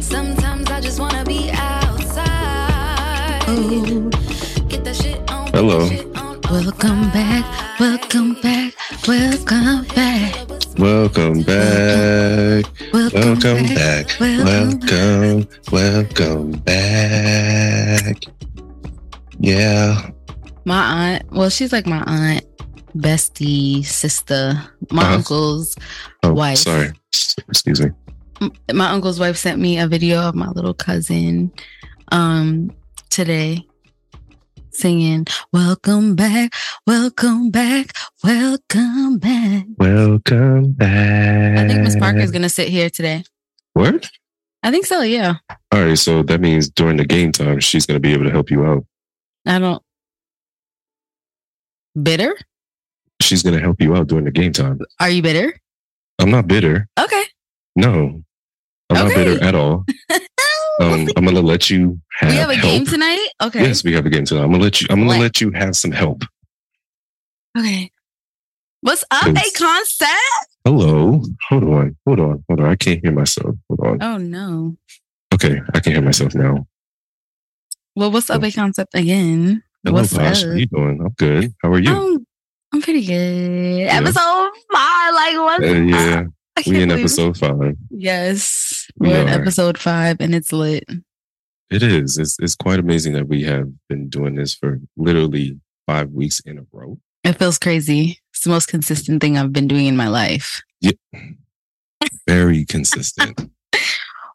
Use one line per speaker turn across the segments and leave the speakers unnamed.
Sometimes I just wanna be outside.
Oh.
Get that shit on. get
Hello.
that shit on all
Welcome back, welcome back, welcome back,
the
Welcome back.
welcome,
Welcome back.
welcome. back.
Welcome. Welcome back. Yeah.
My aunt, well, she's like my aunt, bestie, sister, my
Uh-huh.
uncle's
Oh,
Wife.
sorry. Excuse me.
m- my uncle's wife sent me a video of my little cousin um today singing welcome back welcome back welcome back
Welcome back.
i think miss parker's gonna sit here today
What?
i think so yeah
All right. So that means during the game time, she's going to be able to help you out.
i don't bitter
She's going to help you out during the game time.
are you bitter
I'm not bitter.
okay
No, I'm not
Okay.
bitter at all. Um, I'm going to let you have,
we have a
help.
game tonight okay
Yes, we have a game tonight. I'm gonna let you. I'm gonna
What?
let you have some help.
okay what's up
Yes.
a concept
Hello. Hold on. Hold on. Hold on. I can't hear myself. Hold on.
oh no
Okay, I can hear myself now.
well what's up a concept again
Hello,
what's
Posh.
up
How Oh, you doing? I'm good. How are you?
I'm, I'm pretty good. Episode five, like what?
Uh, yeah, we in episode five.
Yes,
We
we're in
are.
episode five, and it's lit.
It is. It's it's quite amazing that we have been doing this for literally five weeks in a row.
It feels crazy. It's the most consistent thing I've been doing in my life.
Very consistent.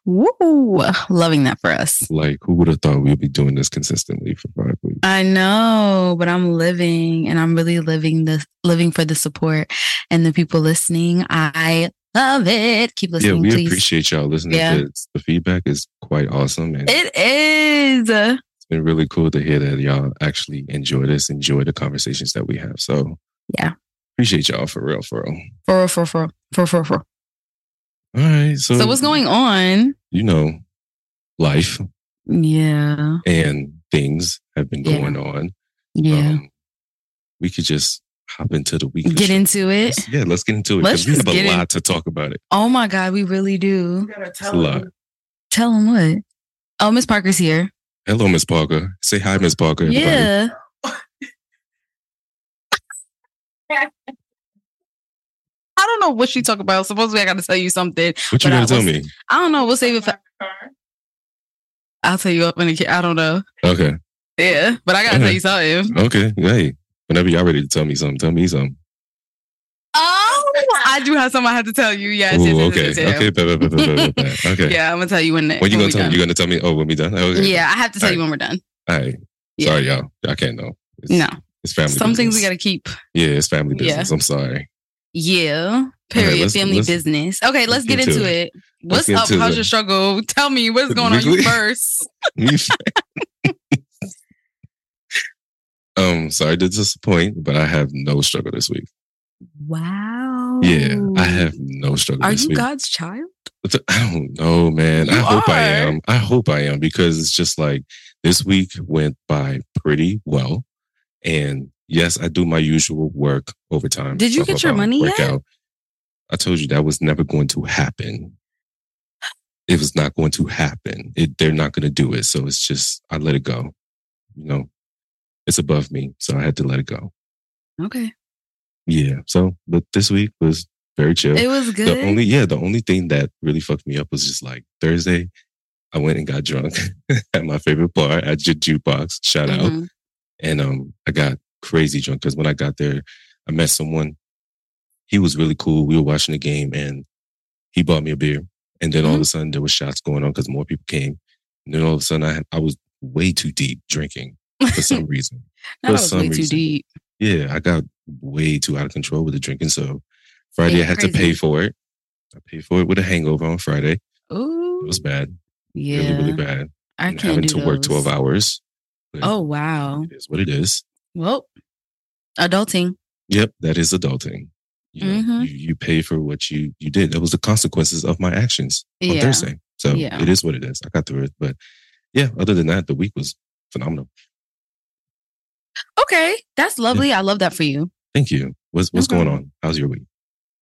Woo! Loving that for us.
like, who would have thought we'd be doing this consistently for five weeks?
I know, but I'm living, and I'm really living the living for the support and the people listening. I love it. Keep
yeah,
listening,
we
please.
appreciate y'all listening.
Yeah.
To this. The feedback is quite awesome, and
it is.
it's been really cool to hear that y'all actually enjoy this, enjoy the conversations that we have. So,
Yeah.
appreciate y'all for real, for real.
For for for for for for.
All right, so
So what's going on?
you know, life
Yeah.
and things have been
Yeah.
going on.
Yeah.
Um, we could just hop into the weekly.
get
show.
into it.
Let's- yeah, let's get into it.
Let's
because we
just
have a
get in-
lot to talk about it.
Oh my God, we really do.
It's a lot.
Tell them what. Oh, Miss Parker's here.
Hello, Miss Parker. Say hi, Miss Parker. everybody.
Yeah. I don't know what she talk about. Supposedly, I got to tell you something.
What
But
you
I
gonna tell
was-
me?
I don't know. We'll save it for. I'll tell you up when it. ca- I don't know.
Okay,
Yeah, but I got to tell you something.
okay. Hey, whenever y'all ready to tell me something, tell me something.
Oh, I do have something I have to tell you. Yes. yes,
Ooh,
yes,
okay,
yes, yes,
okay, bet, bet, bet, bet, bet, bet. okay.
Yeah, I'm gonna tell you when.
When you
when
gonna
we
tell me? You gonna tell me? Oh, when we done?
done.
Okay.
Yeah, I have to tell
All
you when we're done.
All right.
Yeah.
Sorry, y'all. I can't know. It's,
No,
It's family.
some things we
business.
gotta keep.
Yeah, it's family
Yeah.
business. I'm sorry.
Yeah. Period.
let's-
Family
let's-
business. Okay, let's get, into it. What's
Let's get
up?
into
How's
it.
your struggle? Tell me what's going on.
Really?
You first.
um, sorry to disappoint, but I have no struggle this week.
Wow.
Yeah, I have no struggle
Are
this
you
week.
God's child?
I don't know, man. I
You
hope I
are.
am. I hope I am because it's just like this week went by pretty well. And yes, I do my usual work overtime.
Did you
blah,
get
blah,
your
blah,
money
work
yet?
out. I told you that was never going to happen. It was not going to happen. It, they're not going to do it. So it's just, I let it go. You know, it's above me. So I had to let it go.
Okay.
Yeah. So, but this week was very chill.
It was good.
The only yeah, the only thing that really fucked me up was just like Thursday, I went and got drunk at my favorite bar at Ju- Jukebox. Shout out,
Mhm.
and um, I got crazy drunk because when I got there, I met someone. He was really cool. We were watching the game, and he bought me a beer. And then all of a sudden, there was shots going on because more people came. And then all of a sudden, I I was way too deep drinking for some reason.
That
for
was
some
way too
reason.
deep.
Yeah, I got way too out of control with the drinking. So Friday,
Yeah,
I had to
crazy.
pay for it. I paid for it with a hangover on Friday. It
Ooh.
was bad,
Yeah.
really, really bad.
I
And
can't
having
do
to work
those.
twelve hours.
Oh wow.
It is what it is.
Well, adulting.
Yep, that is adulting. You, know,
Mhm.
you you pay for what you you did. That was the consequences of my actions on
Yeah.
Thursday. So
Yeah.
it is what it is. I got through it, but yeah. Other than that, the week was phenomenal.
Okay, that's lovely. I love that for you.
Thank you. What's what's
No
going
problem.
on? How's your week?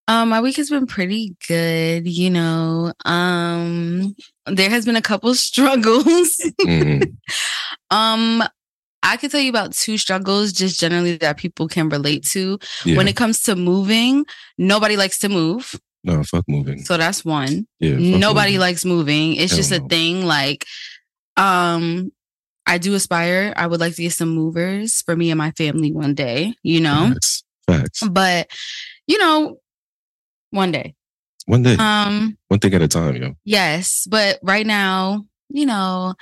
Um, my week has been pretty good, you know. Um, there has been a couple struggles.
Mhm.
um, I could tell you about two struggles just generally that people can relate to.
Yeah.
When it comes to moving, nobody likes to move.
no, fuck moving.
So that's one.
Yeah. fuck
nobody
moving.
likes moving. It's
Hell
just a
no.
thing like um I do aspire. I would like to get some movers for me and my family one day, you know.
Facts. Facts.
But you know, one day.
One day,
Um
one thing at a time, yo.
Yes, but right now, you know,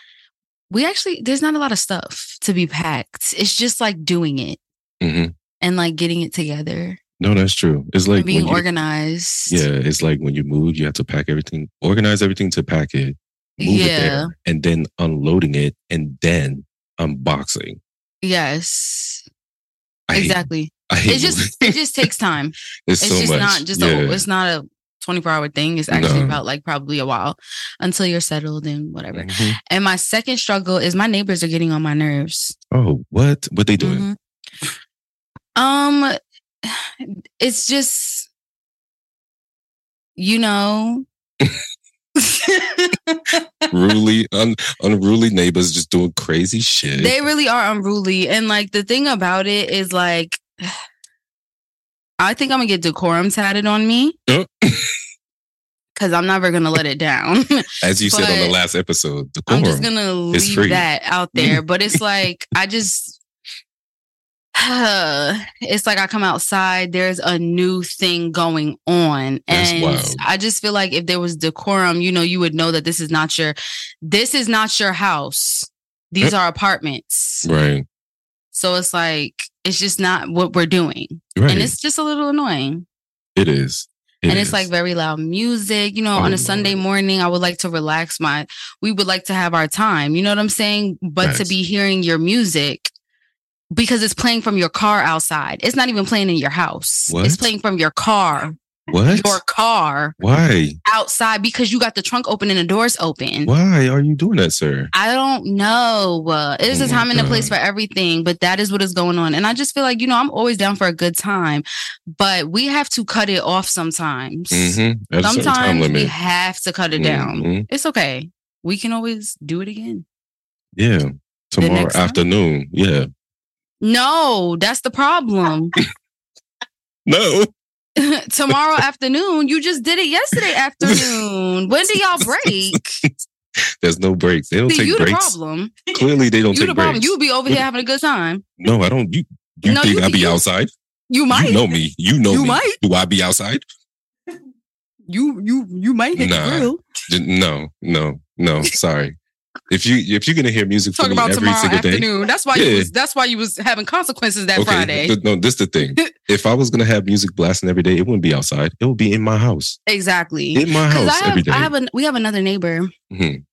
we actually there's not a lot of stuff to be packed. It's just like doing it
hmm
and like getting it together
No, that's true. It's like
and being
when you-
organized.
Yeah, it's like when you move, you have to pack everything, organize everything to pack it, move it
Yeah.
there, and then unloading it, and then unboxing.
Yes.
I hate-
exactly.
I hate
It just
moving.
it just takes time.
it's,
It's
so
just
much.
not just
yeah.
a, it's not a 24 hour thing. It's actually
No.
about like probably a while until you're settled and whatever.
Mhm.
And my second struggle is my neighbors are getting on my nerves. Mm-hmm.
Oh, what? What they doing?
Mhm. Um, it's just, you know, Mm-hmm.
Ruly, un- unruly neighbors just doing crazy shit.
they really are unruly. And like the thing about it is like, I think I'm gonna get decorum tatted on me
Oh.
because I'm never gonna let it down.
As you said on the
but
last episode, the
I'm just
quorum.
gonna
It's
leave
free. Mm.
that out there. But it's like I just it's like I come outside, there's a new thing going on.
That's
and
wild.
I just feel like if there was decorum, you know, you would know that this is not your this is not your house. These are apartments.
right,
So it's like it's just not what we're doing.
right.
And it's just a little annoying.
it is. It
and it's
is.
like very loud music. You know,
Oh,
on a
Lord.
Sunday morning, I would like to relax my, we would like to have our time. You know what I'm saying? But to
Facts.
be hearing your music because it's playing from your car outside. It's not even playing in your house. It's
What?
playing from your car,
what?
your car
Why?
outside because you got the trunk open and the doors open.
Why are you doing that, sir?
I don't know. Uh, There's
Oh
a
my
time and a place for
God.
everything, but that is what is going on. And I just feel like, you know, I'm always down for a good time, but we have to cut it off sometimes
Mm-hmm. At a certain time
sometimes we
limit.
have to cut it down.
Mhm.
It's okay. We can always do it again.
Yeah. Tomorrow
next time?
afternoon. Yeah.
No, that's the problem.
No.
Tomorrow afternoon, you just did it yesterday afternoon. When do y'all break?
There's no breaks. They don't
See,
take
you the
breaks.
problem.
Clearly, they don't
You
take
the problem.
breaks.
You be over here having a good time.
no, I don't. You, you
No,
think
you
I be
be- you-
outside?
You might.
You know me. You know
You
me.
might.
Do I be outside?
You you you might hit
Nah.
the grill.
J- No, no, no. Sorry. If you if you're gonna hear music
Talk
from me
about
every
tomorrow
single day,
afternoon. That's why
Yeah.
you was that's why you was having consequences that Friday.
th- no, this the thing. if I was gonna have music blasting every day, it wouldn't be outside. It would be in my house.
exactly.
In my
Because
house
I
every
have,
day.
I have an, we have another neighbor.
Mhm.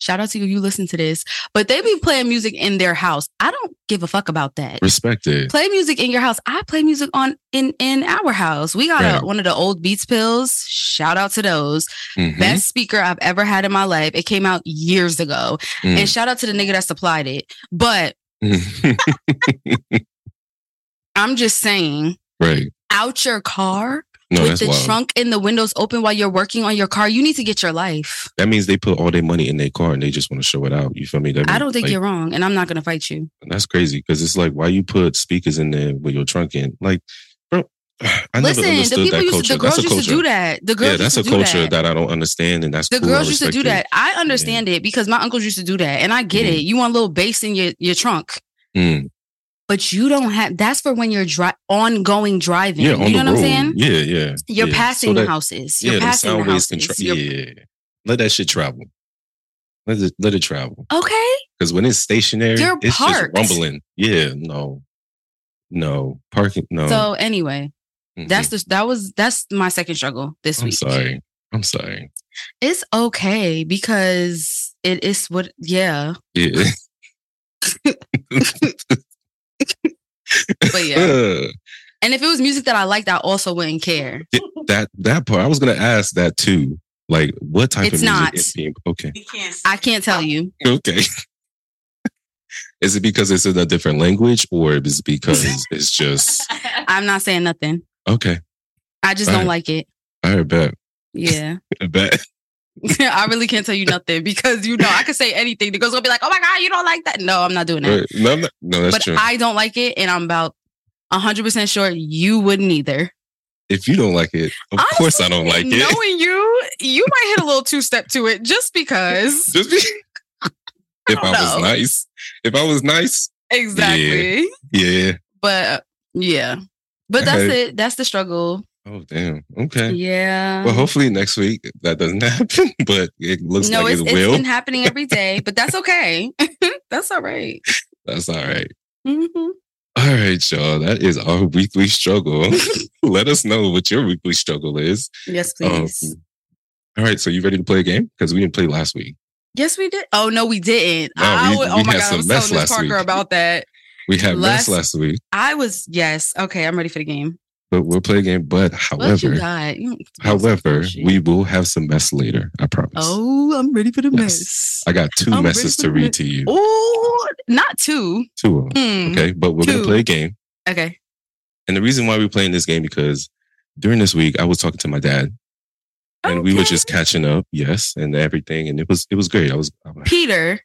Shout out to you. You listen to this, but they be playing music in their house. I don't give a fuck about that.
Respect it.
Play music in your house. I play music on in in our house. We got
Right.
a, one of the old Beats pills. Shout out to those
Mhm.
best speaker I've ever had in my life. It came out years ago,
Mm.
and shout out to the nigga that supplied it. But I'm just saying,
right.
out your car
No,
with
that's
the
wild.
trunk and the windows open while you're working on your car. You need to get your life.
that means they put all their money in their car and they just want to show it out. You feel me? That
I
mean-
don't think
like,
you're wrong, and I'm not gonna fight you.
That's crazy because it's like why you put speakers in there with your trunk in, like, bro. I
Listen,
never understood
the people
that
used
culture.
to, the
that's
girls
a
used
culture.
to do that. The girls
yeah, that's a
used to do
culture
that.
that. I don't understand, and that's
The
cool. I
girls used to do
respect Mm-hmm.
that.
it.
I understand it because my uncles used to do that, and I get it. You want a little bass in your your trunk,
Mm.
but you don't have. That's for when you're dri- ongoing driving.
Yeah,
you
on
know
the
what I'm
road.
saying?
Yeah, yeah.
You're
yeah.
passing
So
the
that-
houses. You're
Yeah, the
passing the
sound waves
houses.
can. Tra-
You're-
yeah, let that shit travel. Let it let it travel
Okay.
because when it's stationary,
You're
it's
parked.
just rumbling. Yeah, no, no parking. No,
So anyway,
Mm-mm.
that's the that was that's my second struggle this
Mm-hmm. I'm
week.
sorry. I'm sorry.
It's okay because it is what. Yeah,
Yeah.
but yeah. and if it was music that I liked, I also wouldn't care.
that that part. I was gonna ask that too. Like, what type
It's
of music
not.
is being okay?
You can't.
I can't tell you.
Okay. is it because it's in a different language, or is it because it's just
I,
I'm not saying nothing.
okay?
I just
Right.
don't like it.
I heard bet.
Yeah.
I bet.
I really can't tell you nothing because you know I could say anything. The girls gonna be like, "Oh my god, you don't like that." No, I'm not doing that.
Right. No, I'm not- no, that's
but
true.
I don't like it, and I'm about 100 percent sure you wouldn't either.
if you don't like it, of course I don't like
knowing
it.
Knowing you, you might hit a little two step to it just because.
Just be- if I
don't
was
know.
nice, if I was nice,
Exactly.
yeah.
But uh, yeah, but that's
Okay.
it. That's the struggle.
Oh damn. Okay.
Yeah.
Well, hopefully next week that doesn't happen, but it looks
no,
like
it's,
it
it's
will.
been happening every day, but that's okay. that's all right.
That's all right.
Mhm.
All right, y'all. That is our weekly struggle. Let us know what your weekly struggle is.
Yes,
Um,
please.
all right, so you ready to play a game? Because we didn't play last week.
yes, we did. Oh no, we didn't.
No,
I
we-
would-
we
oh my
had
god, I
some
was
mess
telling Miss
last
Parker
week.
about that.
We had
Last-
mess last week,
I was yes. Okay, I'm ready for the game.
but we'll play a game. But
What you
however,
got? You don't-
however,
Bullshit.
we will have some mess later. I promise.
Oh, I'm ready for the
Yes.
mess.
I got 2
I'm ready
messes
for
to
the
read
mess.
to you.
Oh, not two.
Two of them.
Hmm.
Okay, but we're going
Two.
to play a game.
Okay.
And the reason why we're playing this game because during this week I was talking to my dad and we were
Okay.
just catching up, yes, and everything, and it was it was great. I was I'm like,
Peter.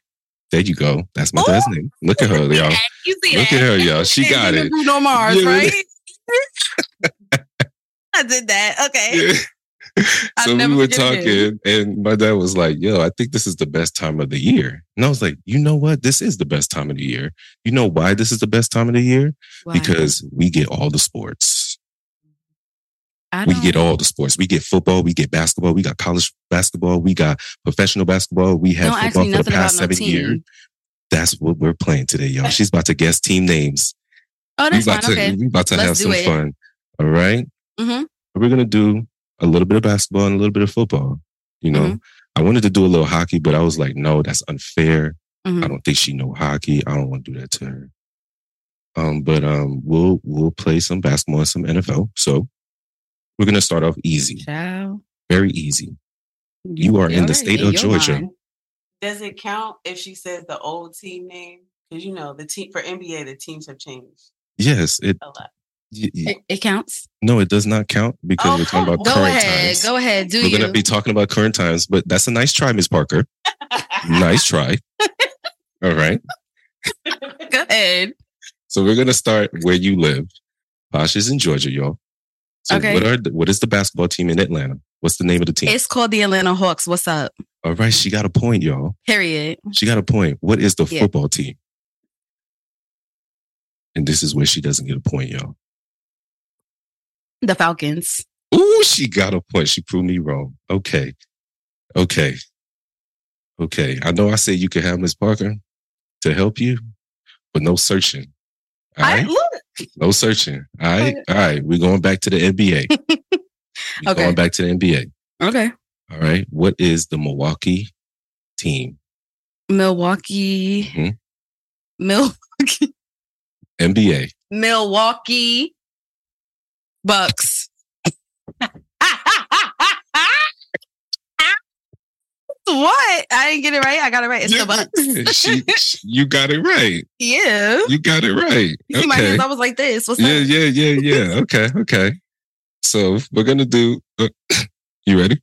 there. You go. That's my
Oh.
dad's name. Look at her, y'all.
You see
Look at her, y'all. She
Ain't
got
been to
it.
Bruno Mars,
Yeah.
right? I did that. Okay. I'll
so we
never
were
forget
talking,
it.
and my dad was like, "Yo, I think this is the best time of the year." And I was like, "You know what? This is the best time of the year. You know why this is the best time of the year?
Wow.
Because we get all the sports.
I
We
don't-
get all the sports. We get football. We get basketball. We got college basketball. We got professional basketball. We have
don't ask
football
me
for the
nothing about
past
no
seven
team.
years. That's what we're playing today, y'all. She's about to guess team names.
Oh,
we
that's
about
fine.
to
Okay.
we about to
Let's
have
do
some
it.
fun. All right.
hmm
we're gonna do a little bit of basketball and a little bit of football. You know,
Mhm.
I wanted to do a little hockey, but I was like, no, that's unfair.
hmm
I don't think she know hockey. I don't want to do that to her. Um, but um, we'll we'll play some basketball and some NFL. So we're gonna start off easy,
Child,
very easy. You are in the
already
state of
your
Georgia.
mind.
Does it count if she says the old team name? Because you know the team for NBA, the teams have changed
Yes, it.
a lot.
y- y-
It, it counts.
no, it does not count because
Oh,
we're talking about
go
Go
current
ahead.
times.
Go ahead. Do
we're
you?
gonna be talking about current times, but that's a nice try, Miss Parker. nice try. All right.
go ahead.
So we're gonna start where you live. Posh is in Georgia, y'all. So
Okay.
what are the, what is the basketball team in Atlanta? What's the name of the team?
It's called the Atlanta Hawks. What's up?
All right, she got a point, y'all.
Period.
She got a point. What is the
Yeah.
football team? And this is where she doesn't get a point, y'all.
The Falcons.
Ooh, she got a point. She proved me wrong. Okay. Okay. Okay. I know I said you could have Miss Parker to help you, but no searching. All
I,
right.
look,
No searching. All right. All right. We're going back to the NBA. We're
Okay.
going back to the NBA.
okay.
All right. What is the Milwaukee team?
Milwaukee.
Mhm.
Mil-
NBA.
Milwaukee Bucks. what? I didn't get it right. I got it right. It's the Bucks.
she, she- you got it right.
yeah.
You got it right.
You see my
Okay.
hands? I was like this. What's
Yeah,
up?
yeah, yeah, yeah. Okay, okay. So we're gonna do. uh, you ready?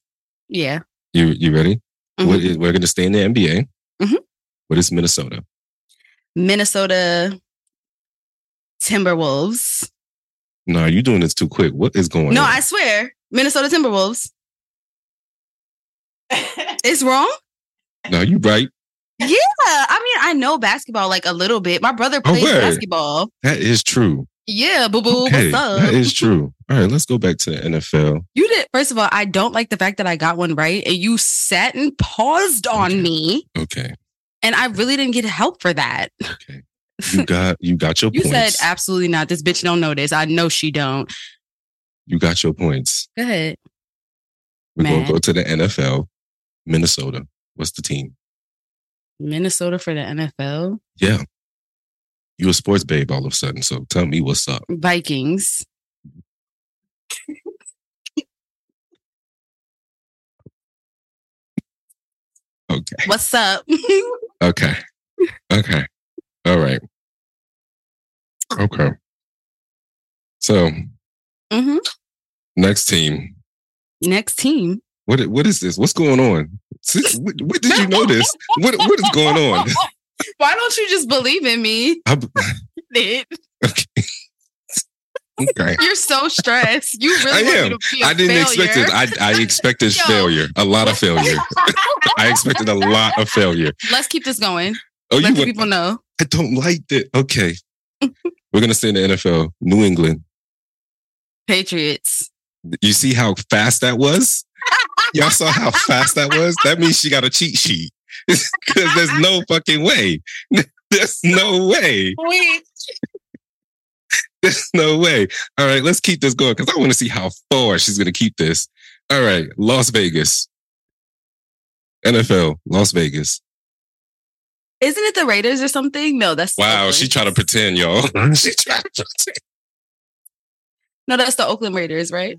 Yeah.
You you ready?
Mhm.
What is, we're gonna stay in the NBA.
Mhm.
What is Minnesota?
Minnesota Timberwolves.
No, you're doing this too quick. What is going
No,
on?
I swear. Minnesota Timberwolves. It's wrong.
no, you right.
Yeah. I mean, I know basketball like a little bit. My brother plays
Oh, word.
basketball.
That is true.
Yeah, boo boo.
Okay,
Oh, What's up?
That is true. All right, let's go back to the NFL.
You did. First of all, I don't like the fact that I got one right, and you sat and paused on
Okay.
me,
Okay,
and I really didn't get help for that.
okay. You got you got your
You said
points.
absolutely not. This bitch don't know this. I know she don't.
you got your points.
Go ahead.
We're gonna
Mad.
go to the NFL. Minnesota. What's the team?
Minnesota for the NFL.
Yeah. You a sports babe all of a sudden, so tell me what's up.
Vikings.
Okay.
What's up?
Okay. Okay. All right. Okay. So
hmm
Next team.
Next team.
What what is this? What's going on? Sis, What, what did you notice? What what is going on?
Why don't you just believe in me?
I,
You're
okay.
so stressed. You really
I
want
am.
me to be a
I didn't
failure.
expect it. I, I expected
Yo.
failure. A lot of failure. I expected a lot of failure.
Let's keep this going.
Oh,
Let
you
the
went,
people know.
I don't like that. Okay. We're gonna say in the NFL, New England.
Patriots.
You see how fast that was? Y'all saw how fast that was? That means she got a cheat sheet. Because there's no fucking way. There's no way.
Wait,
There's no way. All right, let's keep this going because I want to see how far she's going to keep this. All right, Las Vegas. NFL, Las Vegas.
Isn't it the Raiders or something? No, that's the
Wow,
Oakland.
she trying to pretend, y'all. she trying to pretend.
No, that's the Oakland Raiders, right?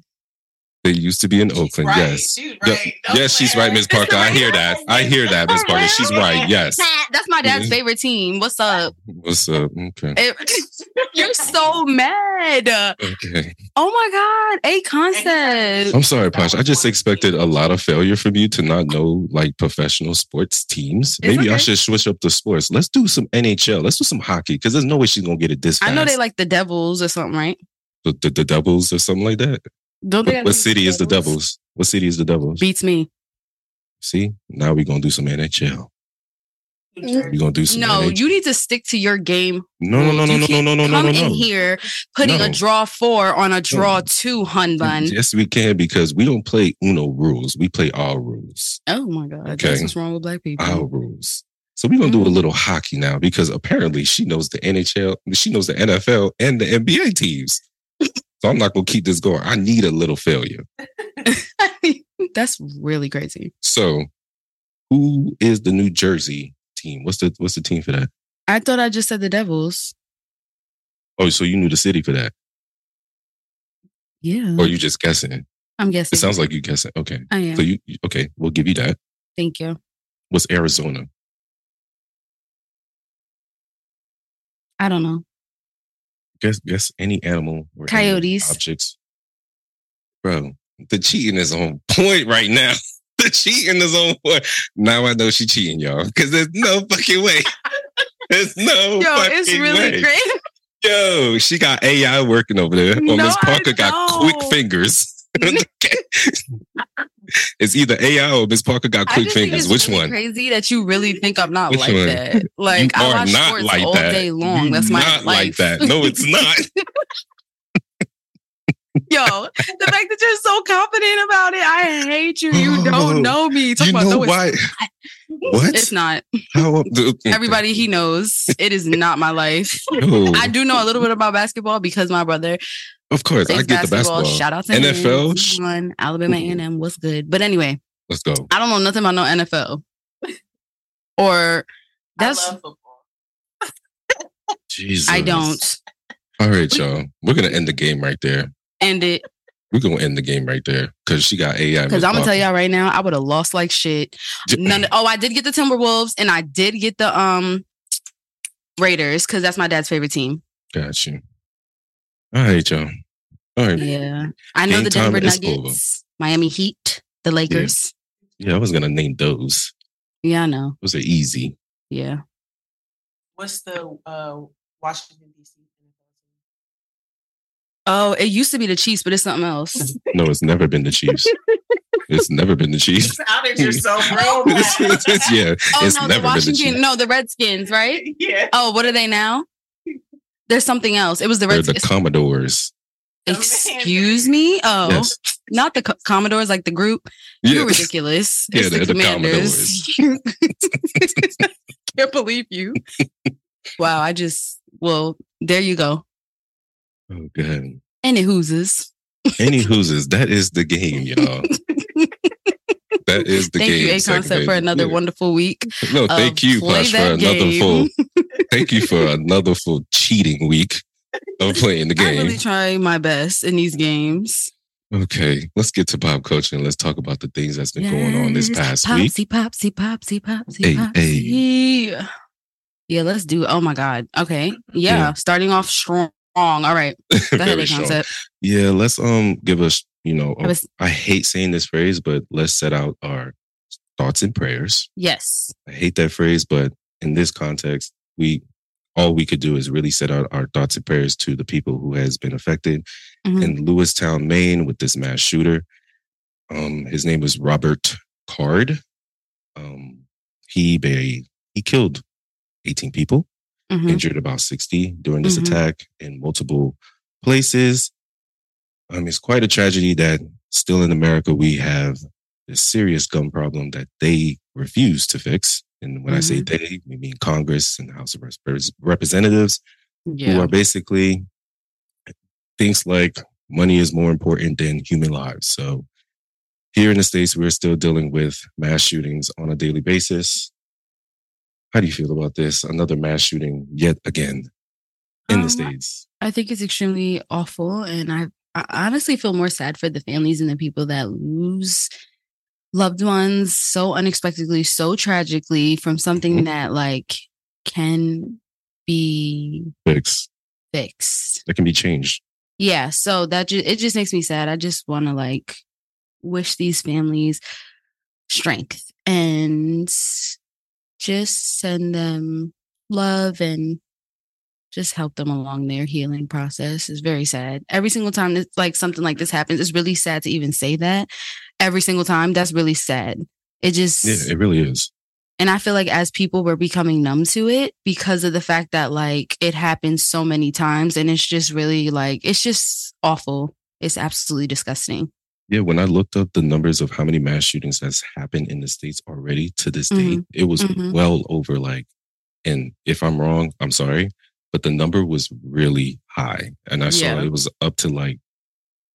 They used to be in
she's
Oakland,
right.
yes.
She's
Yeah,
right. Don't
yes, she's
play
right,
her.
Ms. Parker. I hear that. I hear that, Ms. Parker. She's right, yes.
That's my dad's
Mhm.
favorite team. What's up?
What's up? Okay.
It- You're so mad.
Okay.
Oh my God. A concept.
I'm sorry, Posh. I just expected a lot of failure from you to not know like professional sports teams.
It's
Maybe I
okay.
should switch up the sports. Let's do some NHL. Let's do some hockey because there's no way she's going to get it this fast.
I know they like the Devils or something, right?
the, the, the Devils or something like that.
Don't they?
What, what city is the Devils? What city is the Devils?
Beats me.
See, now we're gonna do some NHL.
New
We're gonna do some.
No,
NHL.
you need to stick to your game.
no, no, no, no,
You
no, no,
can't
no, no, no,
Come
no,
in
no.
here putting a
No.
draw four on a draw two, hun bun.
Yes, we can because we don't play Uno rules. We play our rules,
Oh my God.
Okay.
That's what's wrong with black people.
our rules. So we're gonna do a little hockey now because apparently she knows the NHL, she knows the NFL and the NBA teams. so I'm not gonna keep this going. I need a little failure.
That's really crazy.
So, who is the New Jersey team? What's the what's the team for that?
I thought I just said the Devils.
Oh, so you knew the city for that,
Yeah.
or you just guessing?
I'm guessing.
Oh, It sounds like you guessing. Okay.
I am.
So you you- okay, we'll give you that.
Thank you.
What's Arizona?
I don't know.
Guess guess any animal or any
Coyotes.
objects. Bro, the cheating is on point right now. The cheating is on point. Now I know she cheating, y'all. Cause there's no fucking way. There's no
Yo,
fucking
it's really
way.
great.
Yo, she got AI working over there. Or
No,
Miss
I
Parker got quick
don't.
fingers. Okay. it's either AI or Miss Parker got
I
quick
just think
fingers.
it's
Which
really
one?
Crazy that you really think I'm not
Which
like
one?
that. Like
you
I
are
watch
not
sports
like
all
that.
day long.
You
That's my
not like
life.
that. No, it's not.
Yo, the fact that you're so confident about it, I hate you. You
Oh,
don't know me. Talk
you
about
know
no, it's-
why? What?
It's not.
How
Everybody he knows. It is not my life.
No,
I do know a little bit about basketball because my brother
of course, I
plays
get the basketball.
Shout out to
NFL.
him. One Alabama A and M. What's good? But anyway,
Let's go.
I don't know nothing about no NFL. Or
I
that's
love football.
Jesus.
I don't
All right, y'all. We're gonna end the game right there.
end it.
We're gonna end the game right there because she got AI.
Because
Miss
I'm gonna tell
Parker.
y'all right now, I would have lost like shit. None. oh, I did get the Timberwolves and I did get the um Raiders because that's my dad's favorite team.
Got you. All right, y'all. All right. Yeah.
Yeah, I know
Game
the
time
Denver
is over.
Nuggets, Miami Heat, the Lakers.
I was gonna name those.
Yeah. I know.
Those are easy.
Yeah,
What's the uh, Washington D.C.
Oh, it used to be the Chiefs, but it's something else.
No, it's never been the Chiefs. it's never been the Chiefs.
outed yourself real bad.
yeah,
Oh
it's
no, the
never been the Chiefs.
Washington, no, the Redskins, right?
Yeah.
Oh, what are they now? There's something else. It was the
They're the
Redskins.
Commodores.
Oh, Excuse me. Oh,
Yes.
not the Co- Commodores, like the group.
Yeah.
You're ridiculous.
Yeah,
it's the
they're the
Commanders. Can't believe you. Wow, I just well, there you go.
Oh, God.
And it hooses.
Any hooses, that is the game, y'all. that is the
Thank
game.
you, A
Second
Concept, for
Baby.
another
Yeah.
wonderful week.
No,
of
thank you,
Um, Play
Plush, for
That
another
Game.
full. Thank you for another full cheating week of playing the
I
game.
really try my best in these games.
okay, let's get to pop culture and let's talk about the things that's been going on this
Yes.
past week.
popsy, Popsy, popsy, popsy,
Hey,
popsy. Yeah, let's do. Oh my God. Okay. Yeah.
Yeah.
Starting off strong. All right. Go ahead,
Very
A
strong.
Concept.
Yeah, let's um give us you know,
I was-
I hate saying this phrase, but let's set out our thoughts and prayers.
Yes.
I hate that phrase, but in this context, we all we could do is really set out our thoughts and prayers to the people who has been affected
Mhm.
in Lewistown, Maine, with this mass shooter. Um, his name was Robert Card. Um, he ba- he killed 18 people,
Mhm.
injured about 60 during this
Mhm.
attack in multiple places. Um, it's quite a tragedy that still in America we have this serious gun problem that they refuse to fix. And when I say they, we mean Congress and the House of Repres- Representatives who
Yeah.
are basically thinks like money is more important than human lives. So here in the States, we're still dealing with mass shootings on a daily basis. How do you feel about this? Another mass shooting yet again in
Um,
the States.
I think it's extremely awful, and I, I honestly feel more sad for the families and the people that lose loved ones so unexpectedly, so tragically from something
Mhm.
that like can be
Fix
fixed.
that can be changed.
Yeah, so that ju- it just makes me sad. I just want to like wish these families strength and just send them love and just help them along their healing process. It's very sad. Every single time that like something like this happens, it's really sad to even say that. Every single time, that's really sad. It just
Yeah, it really is.
and I feel like as people we're becoming numb to it because of the fact that like it happens so many times and it's just really like it's just awful. It's absolutely disgusting.
Yeah, when I looked up the numbers of how many mass shootings that's happened in the States already to this day,
Mhm.
it was
Mhm.
well over like, and if I'm wrong, I'm sorry, but the number was really high. And I saw
Yeah.
it was up to like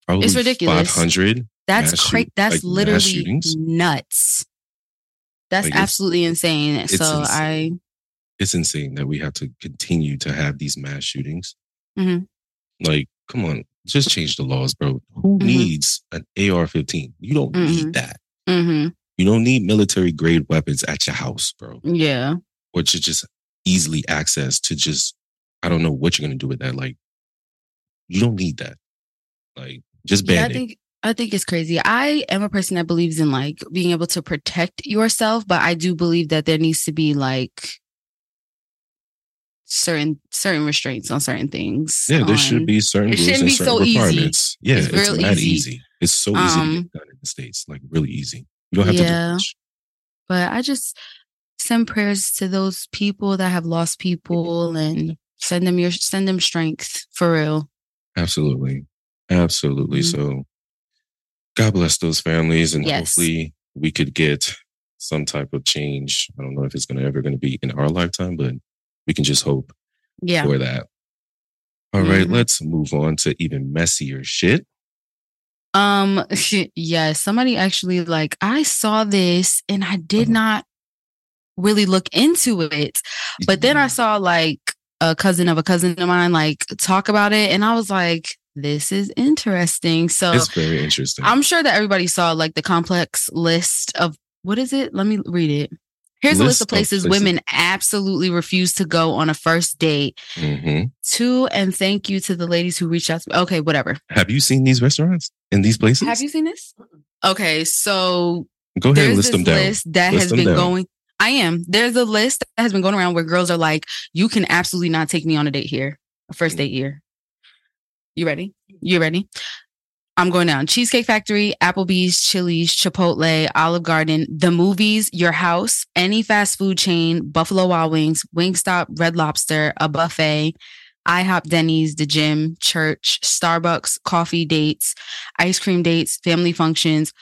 probably
It's ridiculous.
500. Mass
That's
shoot-
crazy. That's
like mass
literally
shootings?
nuts. That's
Like, it's-
absolutely insane.
it's
so
insane. It's insane that we have to continue to have these mass shootings.
Mhm.
Like, come on, just change the laws, bro. Who
Mhm.
needs an AR 15? You don't need
Mhm.
that.
I, hmm
You don't need military grade weapons at your house, bro.
yeah,
or to just easily access to just I don't know what you're gonna do with that. Like you don't need that. Like just
yeah.
ban
I
it.
think I think it's crazy. I am a person that believes in like being able to protect yourself, but I do believe that there needs to be like certain certain restraints on certain things.
Yeah, there should
on-
be certain
it
rules
shouldn't
and
be
certain
so easy.
requirements. Yeah,
It's
it's,
real
not
easy.
easy. It's so easy to
Um,
get done in the States. Like really easy. You don't have to
Yeah.
do much.
but I just send prayers to those people that have lost people and send them your send them strength for real.
Absolutely. Absolutely.
Mhm.
So God bless those families and
Yes.
hopefully we could get some type of change. I don't know if it's gonna ever gonna be in our lifetime, but we can just hope
Yeah.
for that. All right,
Mhm.
let's move on to even messier shit.
Um yeah, somebody actually like I saw this and I did
Uh-huh.
not really look into it, but then I saw like a cousin of a cousin of mine like talk about it and I was like this is interesting. So
it's very interesting.
I'm sure that everybody saw like the complex list of what is it? Let me read it. Here's a
List
list of
of
places,
places-
women absolutely refuse to go on a first date
Mhm.
to. And thank you to the ladies who reached out to me. Okay, whatever.
Have you seen these restaurants in these places?
Have you seen this?
Mm-mm.
Okay, so
Go ahead and
there's
list
this
them down.
list that
List
has
them
been
down.
going. I am. There's a list that has been going around where girls are like, you can absolutely not take me on a date here, a first date here. You ready? You ready? I'm going down. Cheesecake Factory, Applebee's, Chili's, Chipotle, Olive Garden, the movies, your house, any fast food chain, Buffalo Wild Wings, Wingstop, Red Lobster, a buffet, IHOP, Denny's, the gym, church, Starbucks, coffee dates, ice cream dates, family functions,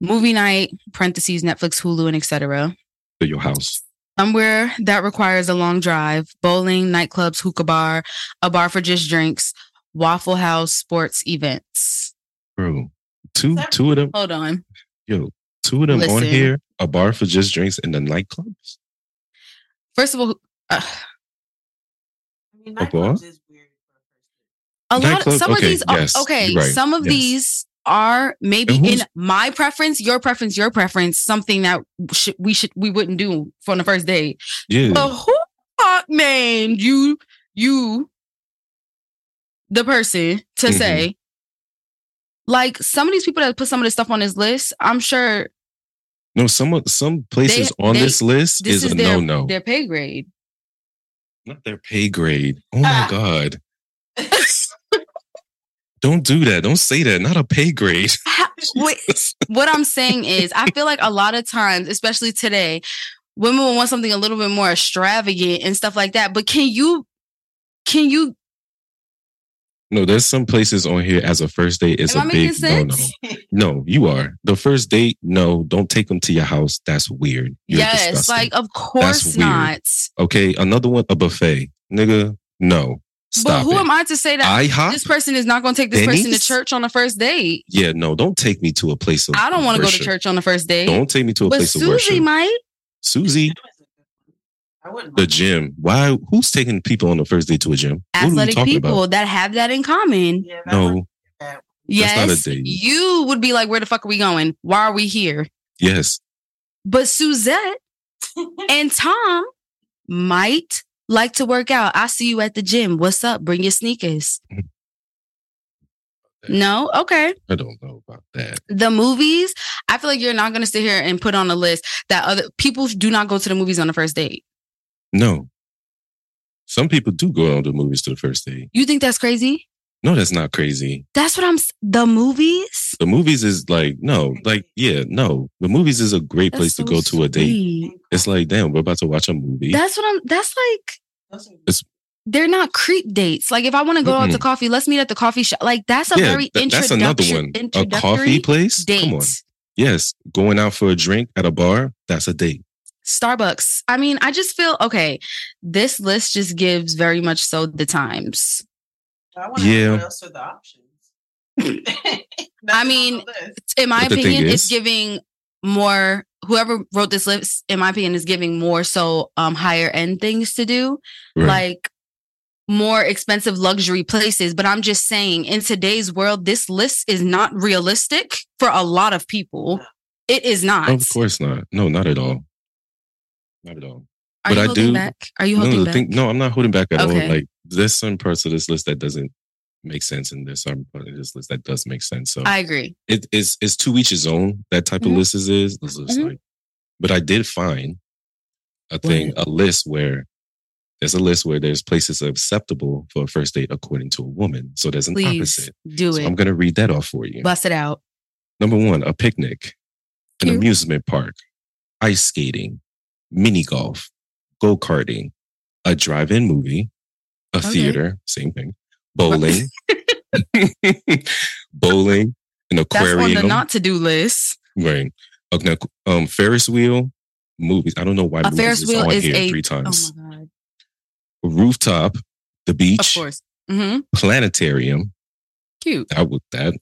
movie night, parentheses, Netflix, Hulu, and etc.
To your house.
Somewhere that requires a long drive, bowling, nightclubs, hookah bar, a bar for just drinks, Waffle House, sports events.
Bro. Two
Sir?
two of them
Hold on.
yo, two of them on
Listen.
here, a bar for just drinks in the nightclubs.
First of all, uh,
I mean,
A bar?
nightclubs is weird.
a lot of
Nightclub?
some
Okay,
of these are
yes,
okay.
you're right,
Some of
yes.
these are maybe
And who's-
in my preference, your preference, your preference, something that should, we should we wouldn't do for on the first date.
Yeah.
But who fuck named you you the person to
Mhm.
say Like some of these people that put some of this stuff on this list, I'm sure
No, some of- some places
They-
on
they-
this list
this
is,
is
a
their,
no no.
their pay grade.
Not their pay grade. Oh my
Ah.
god! Don't do that. Don't say that. Not a pay grade.
Wait, what I'm saying is, I feel like a lot of times, especially today, women will want something a little bit more extravagant and stuff like that. But can you, can you?
No, there's some places on here as a first date. It's
Am I
a
making
big no no.
sense?
No, you are the first date. No, don't take them to your house. That's weird. You're
yes,
disgusting.
like uh of course
weird.
not.
okay, another one a buffet, nigga. No,
But
stop
who
it.
am I to say that
IHOP?
this person is not going to take this person to
Denny's?
church on the first date?
yeah, no, don't take me to a place of.
I don't want to go to
worship.
church on the first date.
Don't take me to a
but
place
Susie
of worship.
might.
Susie,
I wouldn't.
the gym. Why? Who's taking people on the first date to a gym? What are we
Athletic
talking
people
about?
that have that in common.
Yeah, that
No.
would-
That's not a
yes,
date.
you would be like, where the fuck are we going? Why are we here?
Yes.
But Suzette and Tom might like to work out. I see you at the gym. What's up? Bring your sneakers.
Mm.
No, okay.
I don't know about that.
The movies, I feel like you're not going to sit here and put on a list that other people do not go to the movies on the first date.
No. Some people do go on to movies to the first date.
You think that's crazy?
No, that's not crazy.
That's what I'm. s- The movies.
The movies is like, no, like, yeah, no. The movies is a great place
That's
to go
so
to a date.
sweet.
It's like, damn, we're about to watch a movie.
That's what I'm. That's like
Those are-
they're not creep dates. Like if I want to go out to
Mm-mm.
coffee, let's meet at the coffee shop. Like that's a
yeah,
very
tha- that's
introduction,
another one. A
introductory
coffee place?
date.
Come on. Yes. Going out for a drink at a bar, that's a date.
Starbucks. I mean, I just feel okay. This list just gives very much so the times.
I want to
Yeah.
know what else are the options.
I mean, In my
But the thing
opinion, it's
is-
giving more. Whoever wrote this list, in my opinion, is giving more so um higher end things to do. like more expensive luxury places. But I'm just saying, in today's world, this list is not realistic for a lot of people. It is not.
of course not. No, not at all. Not at all.
Are
but
you
I
holding
do-
back? Are you
no,
holding
the
back?
thing- no, I'm not holding back at
Okay.
all. Like there's some parts of this list that doesn't make sense, and there's some part of this list that does make sense. So
I agree.
it, it's it's to each his own. That type
Mhm.
of list is is this list
Mhm.
like. But I did find a thing, a list where there's a list where there's places acceptable for a first date according to a woman. So there's an
Please
opposite.
do
So
it.
I'm gonna read that off for you.
Bust it out.
Number one, a picnic, an
Cute.
amusement park, ice skating, mini golf, go karting, a drive in movie, a
Okay.
theater, same thing, bowling, bowling, an
That's on the
aquarium,
not to do list.
right? An aqu- um, Ferris wheel, movies. I don't know why
A
movies
Ferris
is
wheel
on
is
here
a-
three
Oh
times.
my god.
Rooftop, the
Of
beach,
course. hmm
planetarium.
Cute.
That would that